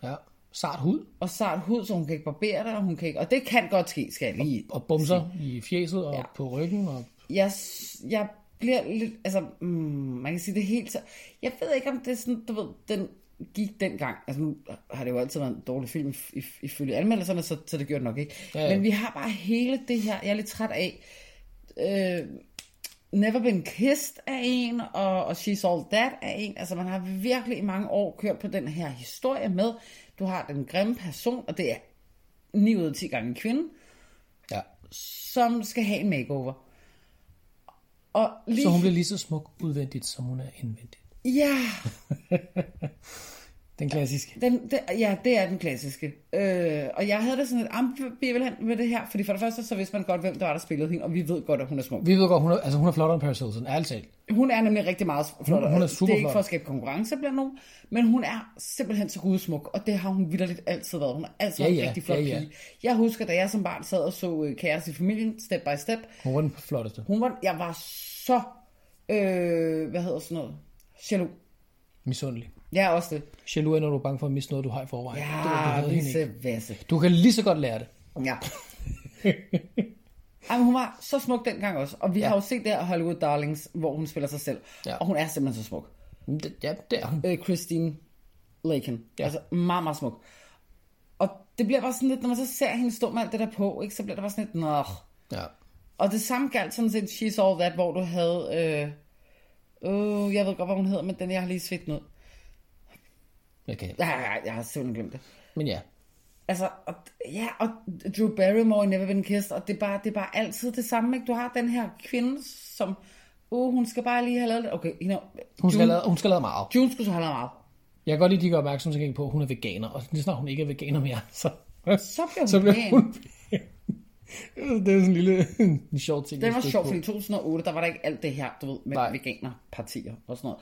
[SPEAKER 4] Ja. Sart hud
[SPEAKER 1] og sart hud, så hun kan ikke barbere det, og, hun kan ikke, og det kan godt ske, skal jeg lige
[SPEAKER 4] og bumser i fjeset og ja. på ryggen. Og...
[SPEAKER 1] jeg, jeg bliver lidt, altså, mm, man kan sige det helt så, jeg ved ikke, om det er sådan, du ved, den gik dengang, altså nu har det jo altid været en dårlig film if- if- ifølge anmeldelserne, så, så det gjorde det nok ikke,
[SPEAKER 4] Ja, ja.
[SPEAKER 1] men vi har bare hele det her, jeg er lidt træt af, øh, Never Been Kissed af en, og, og She's All That af en, altså man har virkelig i mange år kørt på den her historie med, du har den grimme person, og det er 9 ud af 10 gange en kvinde,
[SPEAKER 4] Ja.
[SPEAKER 1] som skal have en makeover. Og lige...
[SPEAKER 4] Så hun bliver lige så smuk udvendigt, som hun er indvendigt.
[SPEAKER 1] Ja,
[SPEAKER 4] Den klassiske.
[SPEAKER 1] den, det, ja, det er den klassiske. Øh, og jeg havde det sådan lidt ambivalent med det her, fordi for det første, så vidste man godt, hvem der var, der spillede hende, og vi ved godt, at hun er smuk.
[SPEAKER 4] Vi ved godt, hun er, altså hun er flottere end Paris Hilton, ærligt talt.
[SPEAKER 1] Hun er nemlig rigtig meget flot.
[SPEAKER 4] Hun-
[SPEAKER 1] og
[SPEAKER 4] hun er
[SPEAKER 1] Det er
[SPEAKER 4] superflot.
[SPEAKER 1] ikke for at skabe konkurrence blandt nogen, men hun er simpelthen så gudsmuk, og det har hun vildt altid været. Hun har altid
[SPEAKER 4] Ja,
[SPEAKER 1] været en
[SPEAKER 4] ja,
[SPEAKER 1] rigtig flot
[SPEAKER 4] ja, ja.
[SPEAKER 1] pige. Jeg husker, da jeg som barn sad og så øh, Kæreste i familien, step by step,
[SPEAKER 4] Hun var den flotteste.
[SPEAKER 1] hun var, jeg var så, øh, hvad hedder sådan noget, jaloux.
[SPEAKER 4] Misundelig.
[SPEAKER 1] Ja, også det.
[SPEAKER 4] Jaloux er, når du er bange for at miste noget, du har i forvejen.
[SPEAKER 1] Ja,
[SPEAKER 4] det, var- du, havde hende
[SPEAKER 1] Lise
[SPEAKER 4] ikke.
[SPEAKER 1] Vasse.
[SPEAKER 4] du kan lige så godt lære det.
[SPEAKER 1] Ja.
[SPEAKER 4] *laughs*
[SPEAKER 1] Ej, men hun var så smuk dengang også. Og vi ja. har jo set der Hollywood Darlings, hvor hun spiller sig selv.
[SPEAKER 4] Ja.
[SPEAKER 1] Ja. Og hun er simpelthen så smuk.
[SPEAKER 4] Men det- Ja, det er hun.
[SPEAKER 1] øh, Christine Laken.
[SPEAKER 4] Ja.
[SPEAKER 1] Ja. Altså meget, meget smuk. Og det bliver bare sådan lidt, når man så ser hende stå med alt det der på, ikke, så bliver det bare sådan lidt, nå.
[SPEAKER 4] Ja.
[SPEAKER 1] Og det samme galt sådan set She's All That, hvor du havde, øh, øh, jeg ved godt, hvad hun hedder, men den jeg har lige svedt ned.
[SPEAKER 4] Okay.
[SPEAKER 1] Jeg, jeg, jeg har simpelthen glemt det.
[SPEAKER 4] Men ja.
[SPEAKER 1] Altså, og, ja, og Drew Barrymore i Never Been Kissed, og det er, bare, det er bare altid det samme, ikke? Du har den her kvinde, som, uh, hun skal bare lige have lavet det. Okay, you know,
[SPEAKER 4] Hun skal,
[SPEAKER 1] June,
[SPEAKER 4] lave, hun skal lave meget.
[SPEAKER 1] June skulle så have lavet meget.
[SPEAKER 4] Jeg kan godt lide, at de gør opmærksom til gengæld på, at hun er veganer, og lige snart hun ikke er veganer mere, *laughs* så,
[SPEAKER 1] Så bliver hun
[SPEAKER 4] så bliver
[SPEAKER 1] vegan.
[SPEAKER 4] hun vegan. det er sådan en lille en sjov ting.
[SPEAKER 1] Den
[SPEAKER 4] jeg
[SPEAKER 1] var
[SPEAKER 4] stødte
[SPEAKER 1] sjov,
[SPEAKER 4] på.
[SPEAKER 1] fordi i 2008, der var der ikke alt det her, du ved, med
[SPEAKER 4] Nej.
[SPEAKER 1] veganerpartier og sådan noget.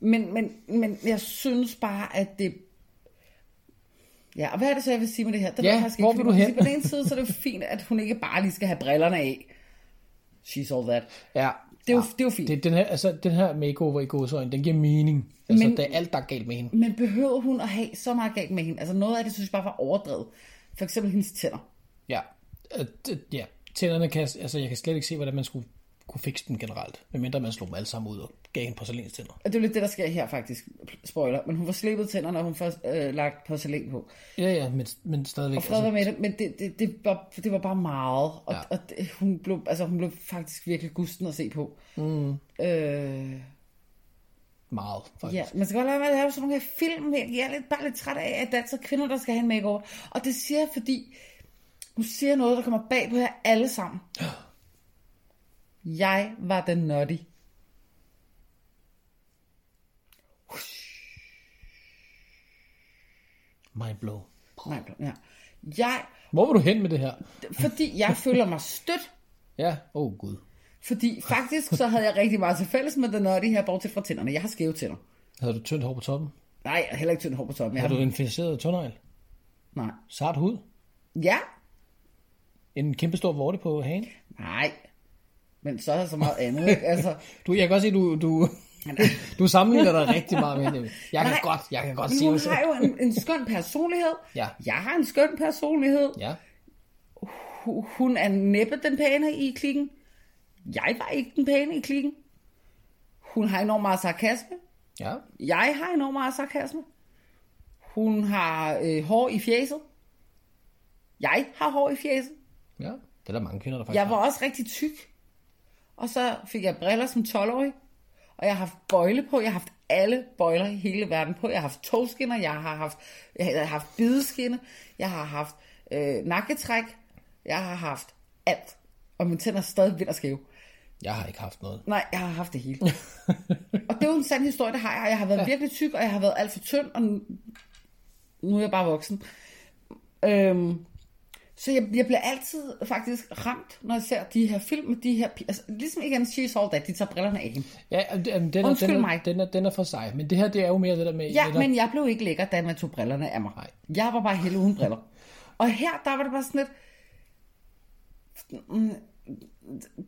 [SPEAKER 1] Men, men, men jeg synes bare, at det... Ja, og hvad er det så, jeg vil sige med det her? Det ved
[SPEAKER 4] Ja,
[SPEAKER 1] jeg faktisk
[SPEAKER 4] hvor
[SPEAKER 1] ikke,
[SPEAKER 4] vil
[SPEAKER 1] fordi
[SPEAKER 4] du
[SPEAKER 1] man kan sige,
[SPEAKER 4] hen?
[SPEAKER 1] På den ene side, så er det jo fint, at hun ikke bare lige skal have brillerne af. She's all that.
[SPEAKER 4] Ja.
[SPEAKER 1] Det er jo,
[SPEAKER 4] ja.
[SPEAKER 1] det er jo fint.
[SPEAKER 4] Det, den, her, altså, den her makeover i gåsøjne, den giver mening. Altså, Men,
[SPEAKER 1] Men-
[SPEAKER 4] det er alt, der er galt med hende.
[SPEAKER 1] Men behøver hun at have så meget galt med hende? Altså noget af det, synes jeg bare var overdrevet. For eksempel hendes tænder.
[SPEAKER 4] Ja. Øh, det- ja. Tænderne kan, altså, jeg kan slet ikke se, hvordan man skulle kunne fikse dem generelt, medmindre man slog dem alle sammen ud og gav hende porcelænstænder.
[SPEAKER 1] Og det er jo lidt det, der sker her faktisk. Spoiler. Men hun var slebet tænderne, og hun først øh, lagt porcelæn på.
[SPEAKER 4] Ja, ja, men, men stadigvæk. altså,
[SPEAKER 1] Og fred være med det, men det, det, det, var, det var bare meget. Og,
[SPEAKER 4] Ja.
[SPEAKER 1] ja. og det, hun, blev, altså, hun blev faktisk virkelig gusten at se på. Mm. Øh,
[SPEAKER 4] meget, faktisk.
[SPEAKER 1] ja, man skal godt lade være med at lave sådan nogle her film. her. Jeg er lidt, bare lidt træt af, at der er altid kvinder, der skal have en makeover. Og det siger jeg, fordi hun siger noget, der kommer bag på jer alle sammen. Jeg var den nutty.
[SPEAKER 4] Mind blow.
[SPEAKER 1] Nej, ja. Jeg,
[SPEAKER 4] Hvor var du hen med det her?
[SPEAKER 1] fordi jeg føler mig stødt
[SPEAKER 4] Ja, åh oh, gud.
[SPEAKER 1] Fordi faktisk så havde jeg rigtig meget til fælles med den nutty her, bortset fra tænderne. Jeg har skæve tænder.
[SPEAKER 4] Havde du tyndt hår på toppen?
[SPEAKER 1] Nej, jeg har heller ikke tyndt hår på toppen. Jeg
[SPEAKER 4] Har
[SPEAKER 1] har,
[SPEAKER 4] du inficeret tånegl?
[SPEAKER 1] Nej.
[SPEAKER 4] Sart hud?
[SPEAKER 1] Ja?
[SPEAKER 4] En kæmpe stor vorte på hagen?
[SPEAKER 1] Nej. Men så er der så meget andet, ikke? Altså,
[SPEAKER 4] Du, jeg kan godt se, du,
[SPEAKER 1] *laughs*
[SPEAKER 4] du, du sammenligner dig rigtig meget med hende. *laughs* Jeg kan
[SPEAKER 1] Nej.
[SPEAKER 4] godt, jeg kan godt
[SPEAKER 1] men
[SPEAKER 4] se
[SPEAKER 1] hun
[SPEAKER 4] det.
[SPEAKER 1] har jo en, en skøn personlighed.
[SPEAKER 4] Ja.
[SPEAKER 1] Jeg har en skøn personlighed.
[SPEAKER 4] Ja,
[SPEAKER 1] Hu- Hun er næppe den pæne i klikken. Jeg var ikke den pæne i klikken. Hun har enormt meget sarkasme.
[SPEAKER 4] ja,
[SPEAKER 1] Jeg har enormt meget sarkasme. Hun har øh, hår i fjeset. Jeg har hår i fjeset.
[SPEAKER 4] ja. Det er der mange kvinder, der faktisk
[SPEAKER 1] Jeg var
[SPEAKER 4] har.
[SPEAKER 1] også rigtig tyk. Og så fik jeg briller som 12-årig. Og jeg har haft bøjle på. Jeg har haft alle bøjler i hele verden på. Jeg har haft togskinner. Jeg har haft, jeg har haft bideskinne. Jeg har haft øh, nakketræk. Jeg har haft alt. Og mine tænder er stadig vildt og skæve.
[SPEAKER 4] Jeg har ikke haft noget.
[SPEAKER 1] Nej, jeg har haft det hele. og det er jo en sand historie, det har jeg. Jeg har været ja. virkelig tyk, og jeg har været alt for tynd, og nu- nu er jeg bare voksen. Øhm, så jeg, jeg bliver altid faktisk ramt, når jeg ser de her film med de her... pi- Altså, ligesom igen, She's All That, de tager brillerne af hende.
[SPEAKER 4] Ja, jamen, det- jamen, den, er,
[SPEAKER 1] Undskyld
[SPEAKER 4] den, er,
[SPEAKER 1] mig.
[SPEAKER 4] Den, er, den er for sig. Men det her, det er jo mere det der med...
[SPEAKER 1] Ja,
[SPEAKER 4] det der,
[SPEAKER 1] men jeg blev ikke lækker, da man tog brillerne af mig.
[SPEAKER 4] Nej.
[SPEAKER 1] Jeg var bare helt uden briller. Og her, der var det bare sådan lidt... Mm,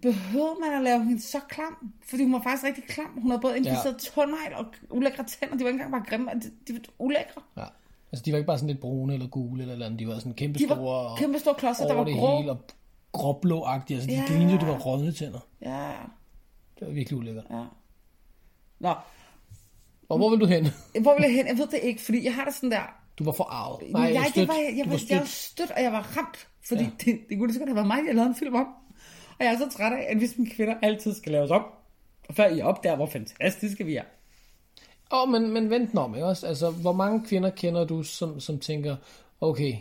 [SPEAKER 1] Behøvede man at lave hende så klam? Fordi hun var faktisk rigtig klam. Hun havde både inficeret ja. tundnegl og ulækre tænder. De var ikke engang bare grimme. De, de var ulækre.
[SPEAKER 4] Ja. Altså, de var ikke bare sådan lidt brune eller gule eller et eller andet. De var sådan kæmpe
[SPEAKER 1] De var
[SPEAKER 4] store.
[SPEAKER 1] kæmpe store klodser, der
[SPEAKER 4] over
[SPEAKER 1] var
[SPEAKER 4] det
[SPEAKER 1] grå.
[SPEAKER 4] hele og gråblå-agtige. Altså, de
[SPEAKER 1] Ja.
[SPEAKER 4] lignede jo, det var rådne tænder.
[SPEAKER 1] Ja,
[SPEAKER 4] Det var virkelig ulækkert.
[SPEAKER 1] ja. Nå,
[SPEAKER 4] Og hvor vil du hen?
[SPEAKER 1] hvor vil jeg hen? Jeg ved det ikke, fordi jeg har det sådan der...
[SPEAKER 4] Du var forarvet.
[SPEAKER 1] Nej, jeg,
[SPEAKER 4] stødt.
[SPEAKER 1] det var, jeg, jeg,
[SPEAKER 4] du
[SPEAKER 1] var,
[SPEAKER 4] var
[SPEAKER 1] jeg, var
[SPEAKER 4] stødt.
[SPEAKER 1] stødt, og jeg var ramt, fordi
[SPEAKER 4] Ja.
[SPEAKER 1] ja. det, det kunne lige så godt have været mig, jeg lavede en film om. Og jeg er så træt af, at hvis mine kvinder altid skal laves om, før I opdager, hvor fantastiske vi er.
[SPEAKER 4] Åh, oh, men, men vent nu om, ikke også? Altså, hvor mange kvinder kender du, som, som tænker, okay,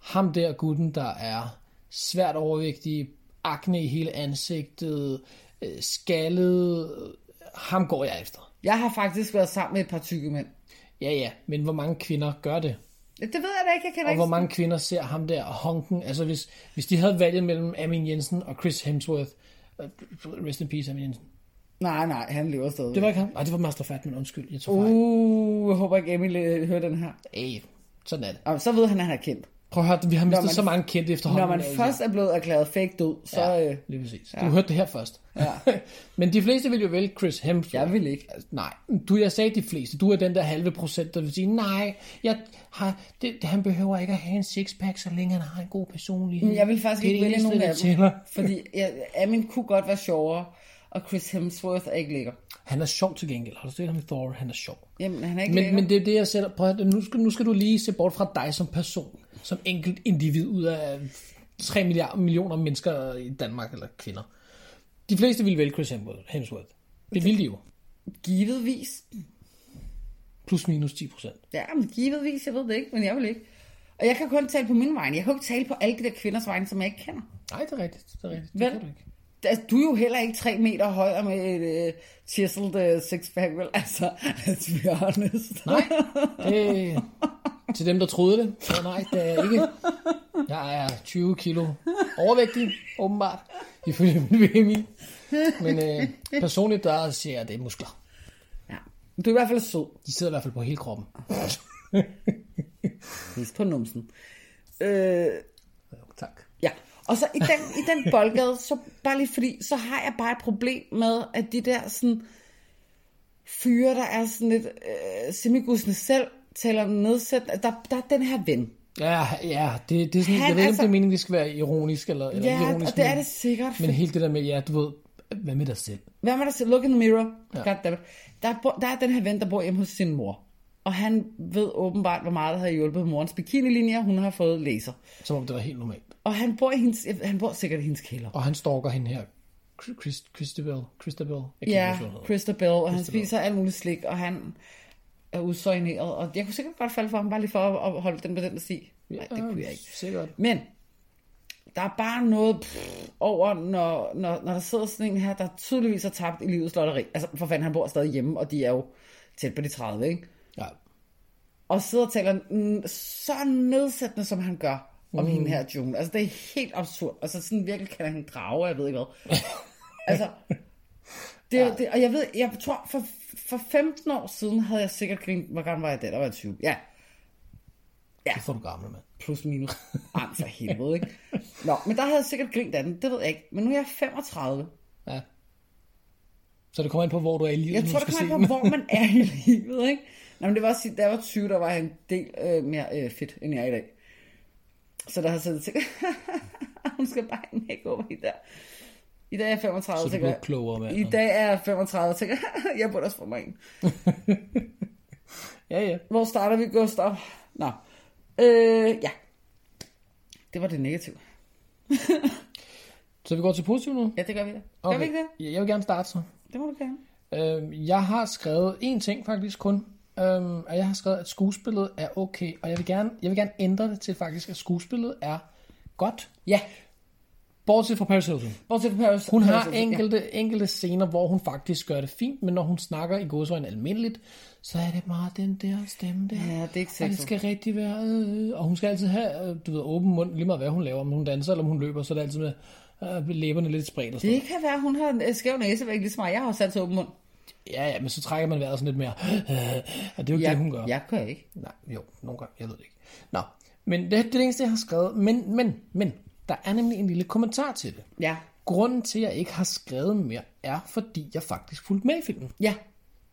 [SPEAKER 4] ham der gutten, der er svært overvægtig, akne i hele ansigtet, øh, skaldet, øh, ham går jeg efter.
[SPEAKER 1] Jeg har faktisk været sammen med et par tykke mænd.
[SPEAKER 4] Ja, ja, men hvor mange kvinder gør det?
[SPEAKER 1] Ja, Det ved jeg da ikke, jeg kender
[SPEAKER 4] Og
[SPEAKER 1] ikke.
[SPEAKER 4] hvor mange kvinder ser ham der og honken? Altså, hvis, hvis de havde valget mellem Amin Jensen og Chris Hemsworth, øh, rest in peace, Amin Jensen.
[SPEAKER 1] Nej, nej, han lever stadig.
[SPEAKER 4] Det var ikke ham? Nej, det var Master Fatman, undskyld, jeg tror fejl.
[SPEAKER 1] Uh, jeg håber ikke, Emil øh, hører den her.
[SPEAKER 4] Ej, sådan er det.
[SPEAKER 1] Og så ved han, at han er kendt.
[SPEAKER 4] Prøv at høre, vi har mistet
[SPEAKER 1] man-
[SPEAKER 4] så mange kendte efterhånden.
[SPEAKER 1] Når man
[SPEAKER 4] altså.
[SPEAKER 1] først er blevet erklæret fake død, så...
[SPEAKER 4] Ja,
[SPEAKER 1] Ja. Øh,
[SPEAKER 4] lige præcis. Du hørte det her først. Ja. *laughs* Men de fleste vil jo vælge Chris Hemsworth. Altså,
[SPEAKER 1] jeg vil ikke.
[SPEAKER 4] Nej, du, jeg sagde de fleste. Du er den der halve procent, der vil sige, nej, jeg har, det, han behøver ikke at have en sixpack, så længe han har en god personlighed.
[SPEAKER 1] Jeg vil faktisk
[SPEAKER 4] Det er
[SPEAKER 1] ikke
[SPEAKER 4] det
[SPEAKER 1] vælge
[SPEAKER 4] eneste,
[SPEAKER 1] nogen
[SPEAKER 4] der
[SPEAKER 1] af dem,
[SPEAKER 4] tæller.
[SPEAKER 1] fordi jeg, Amin kunne godt være sjovere, og Chris Hemsworth er ikke lækker.
[SPEAKER 4] Han er sjov til gengæld. Har du set ham i Thor? Han er sjov.
[SPEAKER 1] Jamen, han er ikke
[SPEAKER 4] Men,
[SPEAKER 1] lækker.
[SPEAKER 4] men det er det, jeg sætter... Prøv at, høre, nu, skal, nu skal du lige se bort fra dig som person. Som enkelt individ ud af 3 milliarder, millioner mennesker i Danmark eller kvinder. De fleste ville vælge Chris Hemsworth- Hemsworth. Det ville de jo.
[SPEAKER 1] Givetvis.
[SPEAKER 4] Plus minus 10 procent.
[SPEAKER 1] Ja, men givetvis, jeg ved det ikke, men jeg vil ikke. Og jeg kan kun tale på min vegne. Jeg kan jo ikke tale på alle de der kvinders vegne, som jeg ikke kender.
[SPEAKER 4] Nej, det er rigtigt. Det er rigtigt. Det
[SPEAKER 1] Vel?
[SPEAKER 4] kan du ikke.
[SPEAKER 1] Altså, du er jo heller ikke tre meter højere med et uh, chiseled uh, six-pack, vel? *laughs* Altså, let's be honest.
[SPEAKER 4] Nej. Det, til dem, der troede det. Så nej, det er jeg ikke. Jeg er 20 kilo overvægtig, åbenbart. Ifølge min *laughs* VMI. Men øh, personligt, der ser jeg, det er muskler.
[SPEAKER 1] Ja. *laughs* Du er i hvert fald sød.
[SPEAKER 4] De sidder i hvert fald på hele kroppen.
[SPEAKER 1] Vis på numsen. Øh,
[SPEAKER 4] Tak.
[SPEAKER 1] Ja, og så i den, i den boldgade, så bare lige fordi, så har jeg bare et problem med, at de der sådan fyre, der er sådan lidt øh, semigussende selv, taler om nedsættende, der, der er den her ven.
[SPEAKER 4] Ja, ja, det, det er sådan,
[SPEAKER 1] Han
[SPEAKER 4] jeg ved ikke, om
[SPEAKER 1] altså-
[SPEAKER 4] det er meningen, det skal være ironisk eller, eller
[SPEAKER 1] Ja,
[SPEAKER 4] ikke
[SPEAKER 1] og
[SPEAKER 4] ironisk.
[SPEAKER 1] det er
[SPEAKER 4] men-
[SPEAKER 1] det sikkert.
[SPEAKER 4] Men hele det der med, ja, du ved, hvad med dig selv?
[SPEAKER 1] Hvad med der siger? Look in the mirror. Ja. Goddammit. Der, bo- der er den her ven, der bor hjemme hos sin mor. Og han ved åbenbart, hvor meget der har hjulpet morens bikinilinjer. Hun har fået laser.
[SPEAKER 4] Som om det var helt normalt.
[SPEAKER 1] Og han bor, i hendes, han bor sikkert i hendes kælder.
[SPEAKER 4] Og han stalker hende her. Chris- Chris, Christabel, Christabel, jeg kan ikke
[SPEAKER 1] Ja,
[SPEAKER 4] huske, hvad hun hedder.
[SPEAKER 1] Christabel, og han spiser alt muligt slik, og han er udsøgneret, og jeg kunne sikkert godt falde for ham, bare lige for at at holde den på den sti. Nej, det kunne jeg ikke.
[SPEAKER 4] Sikkert.
[SPEAKER 1] Men, der er bare noget pff, over, når, når, når der sidder sådan en her, der tydeligvis har tabt i livets lotteri. Altså, for fanden, han bor stadig hjemme, og de er jo tæt på de 30, ikke?
[SPEAKER 4] Ja.
[SPEAKER 1] Og sidder og taler mm, så nedsættende, som han gør om mm. hende her June. Altså, det er helt absurd. Altså, sådan virkelig kan han drage, jeg ved ikke *laughs* hvad. altså, det, ja. det, og jeg ved, jeg tror, for, for 15 år siden havde jeg sikkert grint, hvor gammel var jeg der, der var jeg 20. Ja,
[SPEAKER 4] Det får du gamle, mand.
[SPEAKER 1] plus minus. Ej, for helvede, ikke? *laughs* Nå, men der havde jeg sikkert grint af den, det ved jeg ikke. Men nu er jeg 35.
[SPEAKER 4] Ja. Så det kommer ind på, hvor du er i livet.
[SPEAKER 1] Jeg
[SPEAKER 4] når
[SPEAKER 1] tror,
[SPEAKER 4] du
[SPEAKER 1] det
[SPEAKER 4] skal
[SPEAKER 1] kommer
[SPEAKER 4] se
[SPEAKER 1] an
[SPEAKER 4] den.
[SPEAKER 1] på, hvor man er i *laughs* livet, ikke? Nå, men det var også, da jeg var 20, der var jeg en del øh, mere øh, fedt, end jeg er i dag. Så der har jeg siddet og tænkt, *laughs* hun skal bare have en makeover i der. I dag er jeg 35,
[SPEAKER 4] Så du
[SPEAKER 1] tænker
[SPEAKER 4] blev
[SPEAKER 1] jeg.
[SPEAKER 4] klogere med
[SPEAKER 1] I dag er jeg 35, tænker jeg, *laughs* jeg burde også få mig en.
[SPEAKER 4] Ja, ja.
[SPEAKER 1] Hvor starter vi, Gustav? Nå, øh, ja. Det var det negative.
[SPEAKER 4] Så vi går til positiv nu?
[SPEAKER 1] Ja, det gør vi da. Gør vi ikke det?
[SPEAKER 4] Ja, Jeg vil gerne starte så.
[SPEAKER 1] Det må du gerne.
[SPEAKER 4] Øhm, jeg har skrevet en ting faktisk kun. Øhm, og jeg har skrevet, at skuespillet er okay. Og jeg vil gerne, jeg vil gerne ændre det til faktisk, at skuespillet er godt.
[SPEAKER 1] Ja,
[SPEAKER 4] Bortset fra Paris Hilton.
[SPEAKER 1] bortset fra Paris.
[SPEAKER 4] Hun har
[SPEAKER 1] Paris- ja.
[SPEAKER 4] enkelte, enkelte scener, hvor hun faktisk gør det fint, men når hun snakker i godsøjne almindeligt, så er det meget den der stemme der.
[SPEAKER 1] Ja, det er ikke
[SPEAKER 4] Og det
[SPEAKER 1] sexet.
[SPEAKER 4] skal rigtig være... Øh, og hun skal altid have, øh, du ved, åben mund, lige meget hvad hun laver, om hun danser eller om hun løber, så er det altid med øh, læberne lidt spredt og sådan
[SPEAKER 1] Det kan være, hun har en øh, skæv næsevæg, ligesom mig. Jeg har jo sat til åben mund.
[SPEAKER 4] Ja, ja, men så trækker man vejret sådan lidt mere. *gasps* og det er jo ikke det, hun gør.
[SPEAKER 1] Jeg gør ikke.
[SPEAKER 4] Nej, jo, nogle gange, jeg ved det ikke. Nå, men det, det er det eneste, jeg har skrevet. Men, men, men, der er nemlig en lille kommentar til det.
[SPEAKER 1] Ja.
[SPEAKER 4] Grunden til, at jeg ikke har skrevet mere, er, fordi jeg faktisk fulgte med i filmen.
[SPEAKER 1] Ja,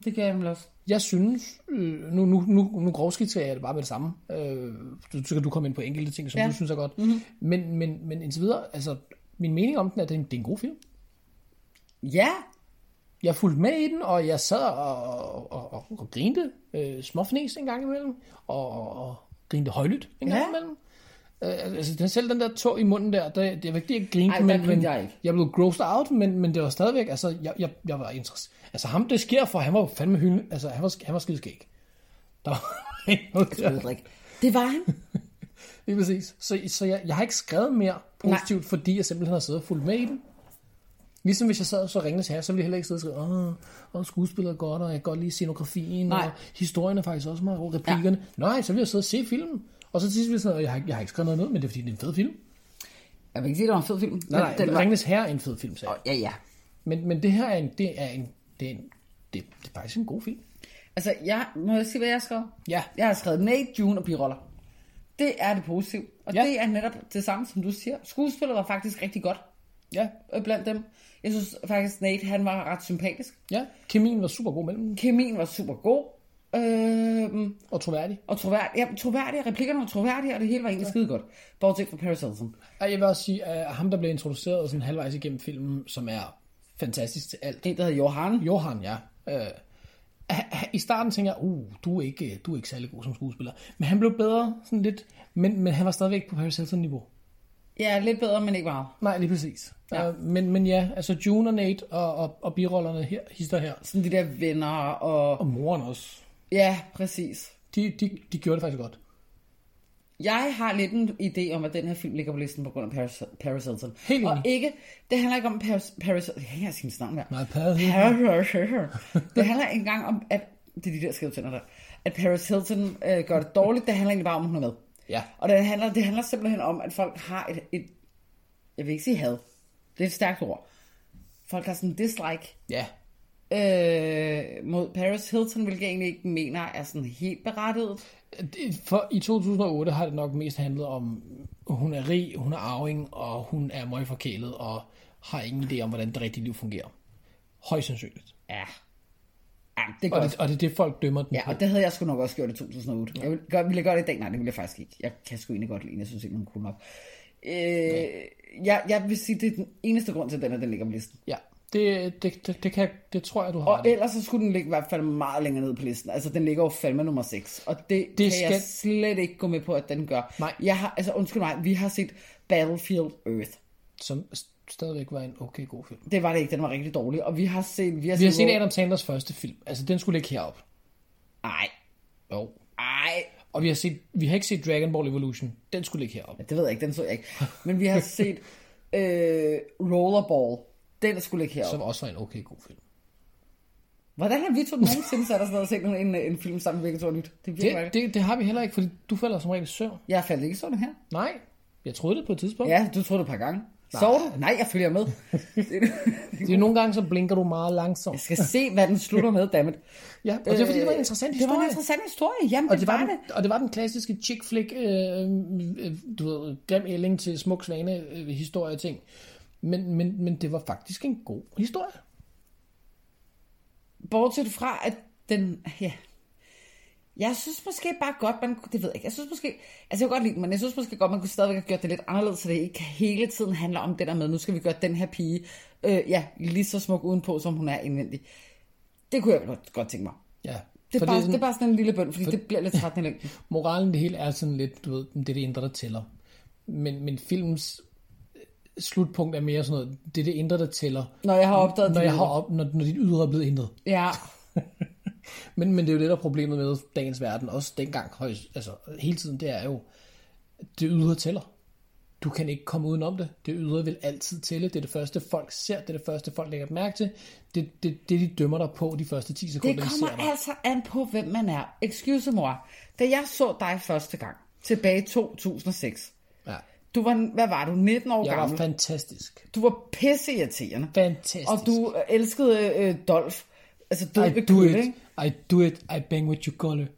[SPEAKER 1] det gør jeg vel også.
[SPEAKER 4] Jeg synes, øh, nu, nu, nu, nu grovskitserer jeg det bare med det samme. Øh, så så kan du komme ind på enkelte ting, som ja.
[SPEAKER 1] Ja. Mhm.
[SPEAKER 4] du synes er godt. Mm-hmm. Men, men, men indtil videre, altså, min mening om den er, at det er en- det er en god film.
[SPEAKER 1] Ja,
[SPEAKER 4] jeg fulgte med i den, og jeg sad og, og, og, og grinte øh, småfnæs en gang imellem, og, og, og grinte højlydt en gang
[SPEAKER 1] Ja.
[SPEAKER 4] imellem. Øh, altså, den, selv den der tog i munden der, det, det var ikke det, jeg grinte,
[SPEAKER 1] Ej, der
[SPEAKER 4] men,
[SPEAKER 1] grinte
[SPEAKER 4] men
[SPEAKER 1] jeg ikke.
[SPEAKER 4] jeg blev grossed out, men, men det var stadigvæk, altså, jeg, jeg, jeg var interesseret. Altså, ham det sker for, han var jo fandme hylde, altså, han var, han var skideskæg. Der var *laughs* ikke noget der.
[SPEAKER 1] Ulrik. Det var han.
[SPEAKER 4] Lige præcis. Så, så jeg, jeg har ikke skrevet mere positivt, Nej. fordi jeg simpelthen har siddet og fulgt med i den. Ligesom hvis jeg sad og så ringede her, så ville jeg heller ikke sidde og skrive, åh, åh skuespillet er godt, og jeg kan godt lide scenografien,
[SPEAKER 1] Nej.
[SPEAKER 4] og historien er faktisk også meget god, replikkerne. Ja. Nej, så ville jeg sidde og se filmen. Og så til sidst ville jeg sådan, jeg har, ikke- jeg har ikke skrevet noget ned, men det er fordi, det er en fed film.
[SPEAKER 1] Jeg vil ikke sige, at det var en fed film.
[SPEAKER 4] Nej, nej,
[SPEAKER 1] den
[SPEAKER 4] den
[SPEAKER 1] var...
[SPEAKER 4] Ringnes Herre er en fed film, sagde jeg.
[SPEAKER 1] Ja, ja.
[SPEAKER 4] Men, men det her er en, det er en, det er en, det, det er faktisk en god film.
[SPEAKER 1] Altså, jeg, må jeg sige, hvad jeg har skrevet?
[SPEAKER 4] Ja.
[SPEAKER 1] Jeg har skrevet Nate, June og piroller. Det er det positive. Og
[SPEAKER 4] Ja.
[SPEAKER 1] ja. det er netop det samme, som du siger. Skuespillet var faktisk rigtig godt
[SPEAKER 4] Ja,
[SPEAKER 1] øh, blandt dem. Jeg synes faktisk, Nate han var ret sympatisk.
[SPEAKER 4] ja. Kemien var super god mellem dem,
[SPEAKER 1] Kemien var super god. Øh,
[SPEAKER 4] og troværdig.
[SPEAKER 1] og troværdig. Ja, troværdige. Replikkerne var troværdige, og det hele var egentlig skide godt. Bortset fra Paris Hilton.
[SPEAKER 4] Og jeg vil også sige, at ham, der blev introduceret sådan halvvejs igennem filmen, som er fantastisk til alt.
[SPEAKER 1] En, der hedder Johan.
[SPEAKER 4] Johan, ja. Øh, ah, ah, I starten tænker jeg, uh, du er, ikke, du er ikke særlig god som skuespiller. Men han blev bedre sådan lidt, men, men han var stadigvæk på Paris Hilton-niveau.
[SPEAKER 1] Ja, lidt bedre, men ikke meget.
[SPEAKER 4] Nej, lige præcis. Ja. Øh, men, men ja, altså June og Nate og, og, og birollerne her, hister her,
[SPEAKER 1] Sådan de der venner og...
[SPEAKER 4] og moren også,
[SPEAKER 1] Ja, præcis.
[SPEAKER 4] de, de, de gjorde det faktisk godt.
[SPEAKER 1] Jeg har lidt en idé om, at den her film ligger på listen på grund af Paris, Paris Hilton.
[SPEAKER 4] Helt
[SPEAKER 1] og
[SPEAKER 4] enig.
[SPEAKER 1] ikke, det handler ikke om Paris, Paris Jeg kan ikke sige mit navn her.
[SPEAKER 4] Nej, Paris
[SPEAKER 1] Paris Hilton. Det handler ikke engang om, at det er de der skævtænder der. At Paris Hilton øh, gør det dårligt, det handler egentlig bare om, at hun er med.
[SPEAKER 4] Ja.
[SPEAKER 1] Og det handler, det handler simpelthen om, at folk har et, et jeg vil ikke sige had, det er et stærkt ord. Folk har sådan en dislike
[SPEAKER 4] Ja,
[SPEAKER 1] øh, mod Paris Hilton, hvilket jeg egentlig ikke mener er sådan helt berettiget.
[SPEAKER 4] Det- For i 2008 har det nok mest handlet om, hun er rig, hun er arving, og hun er møgforkælet, og har ingen idé om, hvordan det rigtige liv fungerer. Højst sandsynligt.
[SPEAKER 1] Ja. Ja, det
[SPEAKER 4] Og
[SPEAKER 1] gør
[SPEAKER 4] det, og det er det, folk dømmer den
[SPEAKER 1] Ja,
[SPEAKER 4] på.
[SPEAKER 1] og det havde jeg sgu nok også gjort i 2008. Jeg ville, gøre, ville jeg gøre det i dag? Nej, det ville jeg faktisk ikke. Jeg kan sgu egentlig godt lide, den. jeg synes ikke, hun kunne nok. Øh, jeg, jeg vil sige, det er den eneste grund til, at den, her, den ligger på listen.
[SPEAKER 4] Ja, det, det, det, det, kan, det tror jeg, du har
[SPEAKER 1] Og
[SPEAKER 4] ret i.
[SPEAKER 1] ellers så skulle den ligge i hvert fald meget længere ned på listen. Altså, den ligger jo fandme nummer 6. Og det, det kan skal...
[SPEAKER 4] skal-
[SPEAKER 1] jeg slet ikke gå med på, at den gør.
[SPEAKER 4] Nej.
[SPEAKER 1] Jeg har, altså, undskyld mig, vi har set Battlefield Earth.
[SPEAKER 4] Som st- stadigvæk var en okay god film.
[SPEAKER 1] Det var det ikke, den var rigtig dårlig. Og vi har set...
[SPEAKER 4] Vi har set
[SPEAKER 1] Rogue-
[SPEAKER 4] Adam Sanders første film. Altså, den skulle ligge herop.
[SPEAKER 1] Nej,
[SPEAKER 4] Jo.
[SPEAKER 1] nej,
[SPEAKER 4] Og vi har, set, vi har ikke set Dragon Ball Evolution. Den skulle ligge herop.
[SPEAKER 1] Ja, Det ved jeg ikke, den så jeg ikke. Men vi har set øh, Rollerball. Den
[SPEAKER 4] *laughs*
[SPEAKER 1] skulle ikke
[SPEAKER 4] Som
[SPEAKER 1] heroppe.
[SPEAKER 4] også var en okay god film.
[SPEAKER 1] Hvordan har vi to nogensinde sat os ned og set en, en, en film sammen med begge to og nyt? Det virker
[SPEAKER 4] Det,
[SPEAKER 1] ikke.
[SPEAKER 4] det, det har vi heller ikke, fordi du falder som regel i søvn.
[SPEAKER 1] Jeg faldt ikke i søvn her.
[SPEAKER 4] Nej, jeg troede det på et tidspunkt.
[SPEAKER 1] Ja, du troede det et par gange. Sov du? Nej, jeg følger med.
[SPEAKER 4] Det er nogle gange, så blinker du meget
[SPEAKER 1] Jeg
[SPEAKER 4] langsomt.
[SPEAKER 1] skal se, hvad den slutter med, dammit.
[SPEAKER 4] Ja, og det er fordi, det var en interessant
[SPEAKER 1] Øh,
[SPEAKER 4] historie.
[SPEAKER 1] Det var en interessant historie. Jamen,
[SPEAKER 4] og det, var den, og det var den klassiske chick flick, øh, øh, du ved, grim ælling til smuk svane øh, historie og ting. Men, men, men det var faktisk en god historie.
[SPEAKER 1] Bortset fra, at den... Ja. Jeg synes måske bare godt, man... Det ved jeg ikke. Jeg synes måske... Altså, jeg kan godt lide den, men jeg synes måske godt, man kunne stadigvæk have gjort det lidt anderledes, så det ikke hele tiden handler om det der med, nu skal vi gøre den her pige, øh, ja, lige så smuk udenpå, som hun er indvendig. Det kunne jeg godt, godt tænke mig.
[SPEAKER 4] Ja.
[SPEAKER 1] Det er,
[SPEAKER 4] for
[SPEAKER 1] bare,
[SPEAKER 4] sådan,
[SPEAKER 1] det er bare sådan en lille bøn, fordi for... det bliver lidt træt i længden.
[SPEAKER 4] Moralen i det hele er sådan lidt, du ved, det er det indre, der tæller. Men, men filmens øh, slutpunkt er mere sådan noget, det er det indre, der tæller.
[SPEAKER 1] Når jeg har opdaget
[SPEAKER 4] når,
[SPEAKER 1] dit
[SPEAKER 4] jeg har
[SPEAKER 1] ydre.
[SPEAKER 4] op, når, når dit ydre er blevet intet.
[SPEAKER 1] Ja,
[SPEAKER 4] Men, men det er jo det, der er problemet med dagens verden, også dengang, højst, altså hele tiden, det er jo, det ydre tæller. Du kan ikke komme udenom det. Det ydre vil altid tælle. Det er det første, folk ser. Det er det første, folk lægger mærke til. Det, det, det de dømmer dig på de første 10
[SPEAKER 1] det
[SPEAKER 4] sekunder, de ser
[SPEAKER 1] kommer
[SPEAKER 4] dig.
[SPEAKER 1] altså an på, hvem man er. Excuse mor, da jeg så dig første gang, tilbage i 2006,
[SPEAKER 4] Ja.
[SPEAKER 1] du var, hvad var du, 19 år
[SPEAKER 4] Jeg var
[SPEAKER 1] gammel?
[SPEAKER 4] fantastisk.
[SPEAKER 1] Du var pisseirriterende.
[SPEAKER 4] Fantastisk.
[SPEAKER 1] Og du øh, elskede øh, Dolf. Altså, du
[SPEAKER 4] I do it. I do it. I bang with your collar. *laughs*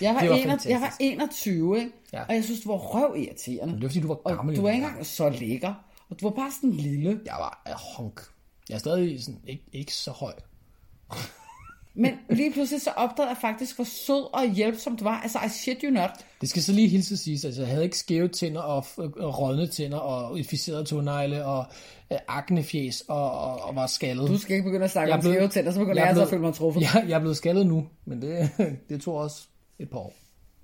[SPEAKER 1] Jeg var,
[SPEAKER 4] Det var
[SPEAKER 1] en,
[SPEAKER 4] fantastisk.
[SPEAKER 1] jeg var 21, ikke?
[SPEAKER 4] Ja.
[SPEAKER 1] Ja. og jeg synes, du var røvirriterende.
[SPEAKER 4] Det var, fordi du var
[SPEAKER 1] og
[SPEAKER 4] gammel.
[SPEAKER 1] du var ikke engang så lækker. Og du var bare sådan lille.
[SPEAKER 4] Jeg var øh, honk. Jeg er stadig sådan, ikke, ikke så høj.
[SPEAKER 1] Men lige pludselig så opdagede jeg faktisk, hvor sød og hjælpsom du var. Altså, I shit you not.
[SPEAKER 4] Det skal så lige hilse siges, altså jeg havde ikke skæve tænder og, f- og rådne tænder og inficerede tånegle og øh, aknefjes og, og, og var skaldet.
[SPEAKER 1] Du skal ikke begynde at snakke om skæve tænder, så begynder jeg, altså
[SPEAKER 4] blevet-
[SPEAKER 1] at føle mig truffet.
[SPEAKER 4] Jeg, jeg er blevet skaldet nu, men det, *laughs* det tog også et par år.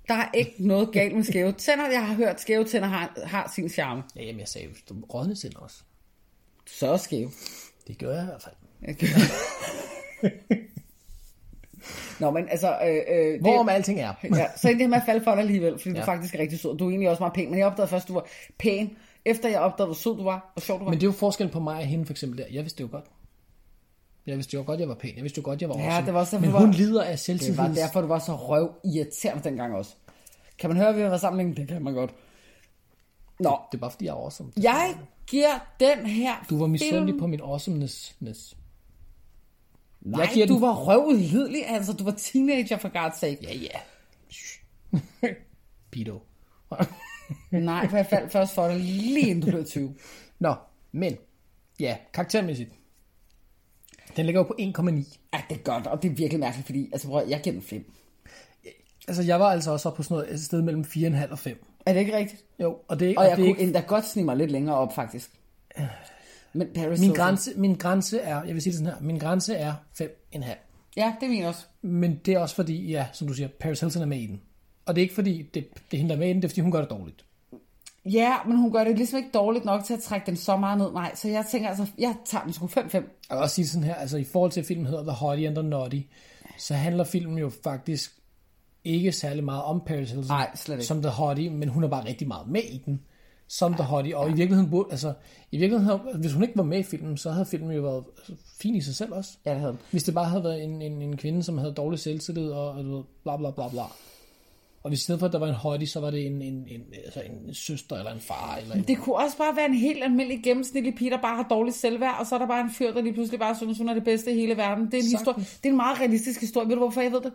[SPEAKER 1] Der er ikke noget galt med skæve tænder. Jeg har hørt, at skæve tænder har, har sin charme.
[SPEAKER 4] Ja, jamen jeg sagde jo, rådne tænder også.
[SPEAKER 1] Så skæve.
[SPEAKER 4] Det gør jeg i hvert fald.
[SPEAKER 1] Nå, men altså... Øh, øh, det-
[SPEAKER 4] Hvorom alting er.
[SPEAKER 1] Ja, så endte jeg med at falde for dig alligevel, fordi ja.
[SPEAKER 4] Ja.
[SPEAKER 1] du faktisk er rigtig sød. Du er egentlig også meget pæn, men jeg opdagede først, du var pæn, efter jeg opdagede, hvor sød du var, hvor sjov du var.
[SPEAKER 4] *laughs* Men det er jo forskellen på mig og hende for eksempel der. Jeg vidste jo godt. Jeg vidste jo godt, jeg var pæn. Jeg vidste jo godt, jeg var
[SPEAKER 1] Ja,
[SPEAKER 4] awesome.
[SPEAKER 1] det var også
[SPEAKER 4] Men
[SPEAKER 1] derfor,
[SPEAKER 4] hun
[SPEAKER 1] du var-
[SPEAKER 4] lider af
[SPEAKER 1] det var
[SPEAKER 4] selvtilfreds.
[SPEAKER 1] derfor, du var så røv irriterende dengang også. Kan man høre, at vi har været sammen længe? Det kan man godt. Nå,
[SPEAKER 4] Det er bare fordi, jeg er awesome.
[SPEAKER 1] jeg giver den her
[SPEAKER 4] Du var misundelig
[SPEAKER 1] film-
[SPEAKER 4] på min awesomeness.
[SPEAKER 1] Nej,
[SPEAKER 4] Jeg giver
[SPEAKER 1] du
[SPEAKER 4] den- *laughs*
[SPEAKER 1] var røvudlidelig, altså du var teenager for God's sake.
[SPEAKER 4] Ja, ja. Pido.
[SPEAKER 1] Nej, for jeg faldt først for det lige inden du blev 20.
[SPEAKER 4] *laughs* Nå, men. Ja, karaktermæssigt. Den ligger jo på 1,9.
[SPEAKER 1] Ja, det er godt, og det er virkelig mærkeligt, fordi altså, prøv, at- jeg giver den 5.
[SPEAKER 4] Altså, jeg var altså også oppe på sådan noget, et sted mellem 4,5 og 5.
[SPEAKER 1] Er det ikke rigtigt?
[SPEAKER 4] Jo, og det,
[SPEAKER 1] Og jeg
[SPEAKER 4] det
[SPEAKER 1] kunne endda godt snige mig lidt længere op, faktisk. Men Paris
[SPEAKER 4] min,
[SPEAKER 1] Hilton-
[SPEAKER 4] grænse, min grænse er, jeg vil sige det sådan her, min grænse er 5,5.
[SPEAKER 1] Ja, det er min også.
[SPEAKER 4] Men det er også fordi, ja, som du siger, Paris Hilton er med i den. Og det er ikke fordi, det, det henter med i den, det er fordi, hun gør det dårligt.
[SPEAKER 1] Ja, men hun gør det ligesom ikke dårligt nok til at trække den så meget ned. Nej, så jeg tænker altså, jeg tager den sgu 5-5.
[SPEAKER 4] Jeg vil også sige sådan her, altså i forhold til at filmen hedder The Hotty and the Naughty, så handler filmen jo faktisk ikke særlig meget om Paris Hilton
[SPEAKER 1] Nej, slet ikke.
[SPEAKER 4] som The Hottie, men hun er bare rigtig meget med i den som The Hottie, og i virkeligheden burde, altså, i virkeligheden, havde- hvis hun ikke var med i filmen, så havde filmen jo været fin i sig selv også.
[SPEAKER 1] Ja, det havde den.
[SPEAKER 4] Hvis det bare havde været en, en, en kvinde, som havde dårlig selvtillid og, og du ved, bla bla bla bla. Og hvis i stedet for, at der var en hottie, så var det en, en, en, altså en søster eller en far. Eller en,
[SPEAKER 1] Det kunne også bare være en helt almindelig gennemsnitlig pige, der bare har dårligt selvværd, og så er der bare en fyr, der lige pludselig bare synes, hun er det bedste i hele verden. Det er en, historie, det er en meget realistisk historie. Ved du, hvorfor jeg ved det?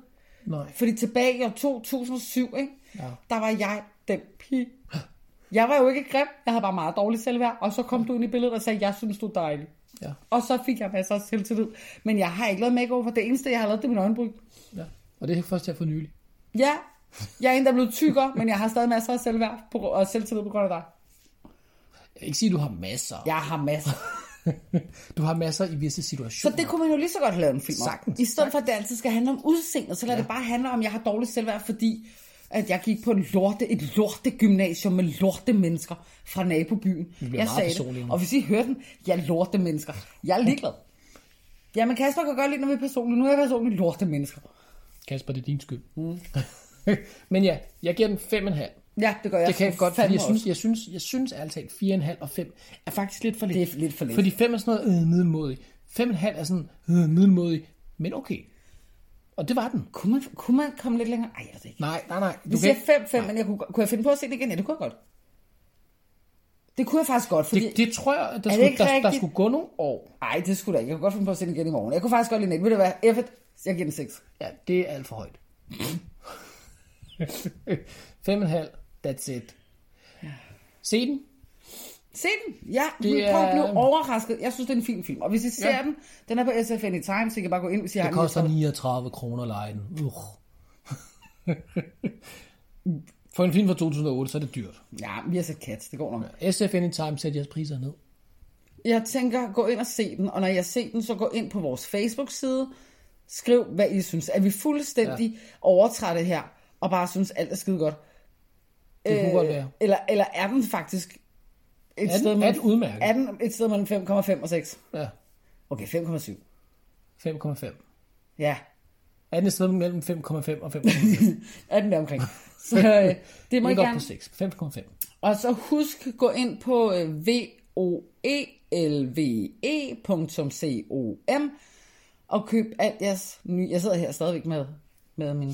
[SPEAKER 4] nej.
[SPEAKER 1] Fordi tilbage i år 2007, ikke?
[SPEAKER 4] Ja.
[SPEAKER 1] der var jeg den pige. Jeg var jo ikke grim, jeg havde bare meget dårligt selvværd, og så kom du ind i billedet og sagde, jeg synes, du er dejlig.
[SPEAKER 4] Ja.
[SPEAKER 1] Og så fik jeg masser af selvtillid. Men jeg har ikke lavet makeover, det eneste, jeg har lavet, det er min øjenbryn.
[SPEAKER 4] Ja. Og det er først her for nylig.
[SPEAKER 1] Ja, jeg er endda blevet tykkere, men jeg har stadig masser af selvværd på, gr- og selvtillid på grund af dig.
[SPEAKER 4] Jeg vil ikke sige, at du har masser.
[SPEAKER 1] Jeg har masser.
[SPEAKER 4] *laughs* Du har masser i visse
[SPEAKER 1] Så
[SPEAKER 4] situationer.
[SPEAKER 1] det kunne man jo lige så godt have lavet en film om.
[SPEAKER 4] Sagtens,
[SPEAKER 1] I stedet for, at det altid skal handle om udseendet, så lad ja. det bare handle om, at jeg har dårligt selvværd, fordi at jeg gik på en lorte, et lorte gymnasium med lorte mennesker fra nabobyen.
[SPEAKER 4] bliver
[SPEAKER 1] Jeg
[SPEAKER 4] meget
[SPEAKER 1] sagde
[SPEAKER 4] personlige
[SPEAKER 1] det,
[SPEAKER 4] nu.
[SPEAKER 1] og hvis I hører den, jeg er lorte mennesker. Jeg er ligeglad. Ja, men Kasper kan godt lide, når vi er personlige. Nu er jeg personlig lorte mennesker.
[SPEAKER 4] Kasper, det er din skyld. Mm. *laughs* Men ja, jeg giver den 5,5.
[SPEAKER 1] Ja, det gør jeg.
[SPEAKER 4] Det kan jeg
[SPEAKER 1] sgu
[SPEAKER 4] godt,
[SPEAKER 1] fandme
[SPEAKER 4] fordi jeg synes,
[SPEAKER 1] også.
[SPEAKER 4] jeg synes, jeg synes ærligt talt, 4,5 og 5 er faktisk lidt for lidt.
[SPEAKER 1] Det er lidt for lidt.
[SPEAKER 4] Fordi 5 er sådan noget øh, middelmodig. 5,5 er sådan øh, middelmodig, men okay. Og det var den.
[SPEAKER 1] Kunne man, kunne man komme lidt længere? Ej, jeg ved det ikke.
[SPEAKER 4] Nej, nej, nej.
[SPEAKER 1] Vi siger 5-5, men jeg kunne, kunne jeg finde på at se det igen? Ja, det kunne jeg godt. Det kunne jeg faktisk godt, fordi...
[SPEAKER 4] det, det tror jeg, der
[SPEAKER 1] det
[SPEAKER 4] skulle,
[SPEAKER 1] ikke
[SPEAKER 4] der, der
[SPEAKER 1] rigtigt?
[SPEAKER 4] skulle gå nogle år.
[SPEAKER 1] Ej, det skulle da ikke. Jeg kunne godt finde på at se den igen i morgen. Jeg kunne faktisk godt lide den. Ved du hvad? F it. Jeg giver den 6.
[SPEAKER 4] Ja, det er alt for *laughs* højt. 5,5, that's it. Se den.
[SPEAKER 1] Se den. Ja,
[SPEAKER 4] Det
[SPEAKER 1] det vi prøver at
[SPEAKER 4] er-
[SPEAKER 1] blive overrasket. Jeg synes, det er en fin film. Og hvis I ser ja. den, den er på SF Anytime, så I kan bare gå ind, hvis I har
[SPEAKER 4] Det
[SPEAKER 1] den.
[SPEAKER 4] koster 39 kroner lejen. Uh. *laughs* For en film fra 2008, så er det dyrt.
[SPEAKER 1] Ja, vi har set Cats. Det går nok.
[SPEAKER 4] SF Anytime sætter jeres priser ned.
[SPEAKER 1] Jeg tænker, gå ind og se den. Og når jeg ser den, så gå ind på vores Facebook-side. Skriv, hvad I synes. Er vi fuldstændig ja. overtrætte her? Og bare synes, alt er skide godt?
[SPEAKER 4] Det kunne godt være.
[SPEAKER 1] Øh, Eller, eller er den faktisk et,
[SPEAKER 4] Er den-
[SPEAKER 1] sted,
[SPEAKER 4] er den udmærket?
[SPEAKER 1] er den et sted mellem 5,5 og 6?
[SPEAKER 4] Ja,
[SPEAKER 1] Okay, 5,7.
[SPEAKER 4] 5,5.
[SPEAKER 1] Ja, *laughs*
[SPEAKER 4] Er den et sted mellem 5,5 og 5,5?
[SPEAKER 1] er den der
[SPEAKER 4] *laughs*
[SPEAKER 1] omkring. Så øh, det må I
[SPEAKER 4] Ikke op
[SPEAKER 1] gerne.
[SPEAKER 4] på 6. 5,5.
[SPEAKER 1] Og så husk, gå ind på øh, E voelve.com og køb alt jeres nye... Jeg sidder her stadigvæk med, med min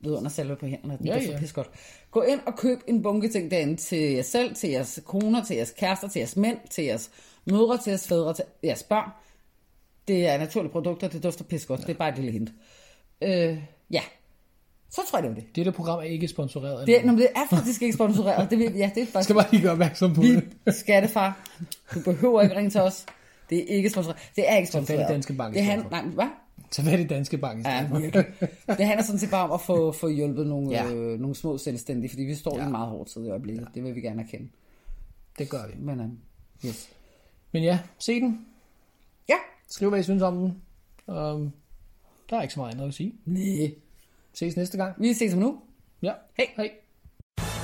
[SPEAKER 1] vidundersalve på hænderne. Det
[SPEAKER 4] Ja,
[SPEAKER 1] ja, er
[SPEAKER 4] ja.
[SPEAKER 1] ja. pis godt. Gå ind og køb en bunke ting derinde til jer selv, til jeres koner, til jeres kærester, til jeres mænd, til jeres mødre, til jeres fædre, til jeres børn. Det er naturlige produkter, det dufter pis godt. Ja. Det er bare et lille hint. Øh, ja, så tror jeg, det var det.
[SPEAKER 4] Dette program er ikke sponsoreret. af
[SPEAKER 1] Det, er-
[SPEAKER 4] nogen.
[SPEAKER 1] nå, men det er faktisk ikke sponsoreret. Det, vil- ja, det er
[SPEAKER 4] Jeg
[SPEAKER 1] faktisk
[SPEAKER 4] skal bare lige gøre opmærksom på det.
[SPEAKER 1] vi skattefar. Du behøver ikke ringe til os. Det er ikke sponsoreret. Det er ikke sponsoreret.
[SPEAKER 4] fat i Danske Bank i
[SPEAKER 1] Det
[SPEAKER 4] stedet
[SPEAKER 1] han,
[SPEAKER 4] for.
[SPEAKER 1] nej, men hvad?
[SPEAKER 4] Så hvad er det danske bank? i stedet
[SPEAKER 1] Ja,
[SPEAKER 4] for?
[SPEAKER 1] virkelig. Det handler sådan set bare om at få, få hjulpet nogle,
[SPEAKER 4] Ja.
[SPEAKER 1] ja. øh, nogle små selvstændige, fordi vi står ja. i en meget hård tid i øjeblikket. Ja. Det vil vi gerne erkende.
[SPEAKER 4] *laughs* Det gør vi.
[SPEAKER 1] Men, øh, yes.
[SPEAKER 4] Men ja, se den.
[SPEAKER 1] Ja.
[SPEAKER 4] Skriv, hvad I synes om den. Um, der er ikke så meget andet at sige.
[SPEAKER 1] Næh.
[SPEAKER 4] Ses næste gang.
[SPEAKER 1] Vi ses om nu.
[SPEAKER 4] Ja.
[SPEAKER 1] Hej.
[SPEAKER 4] Hej.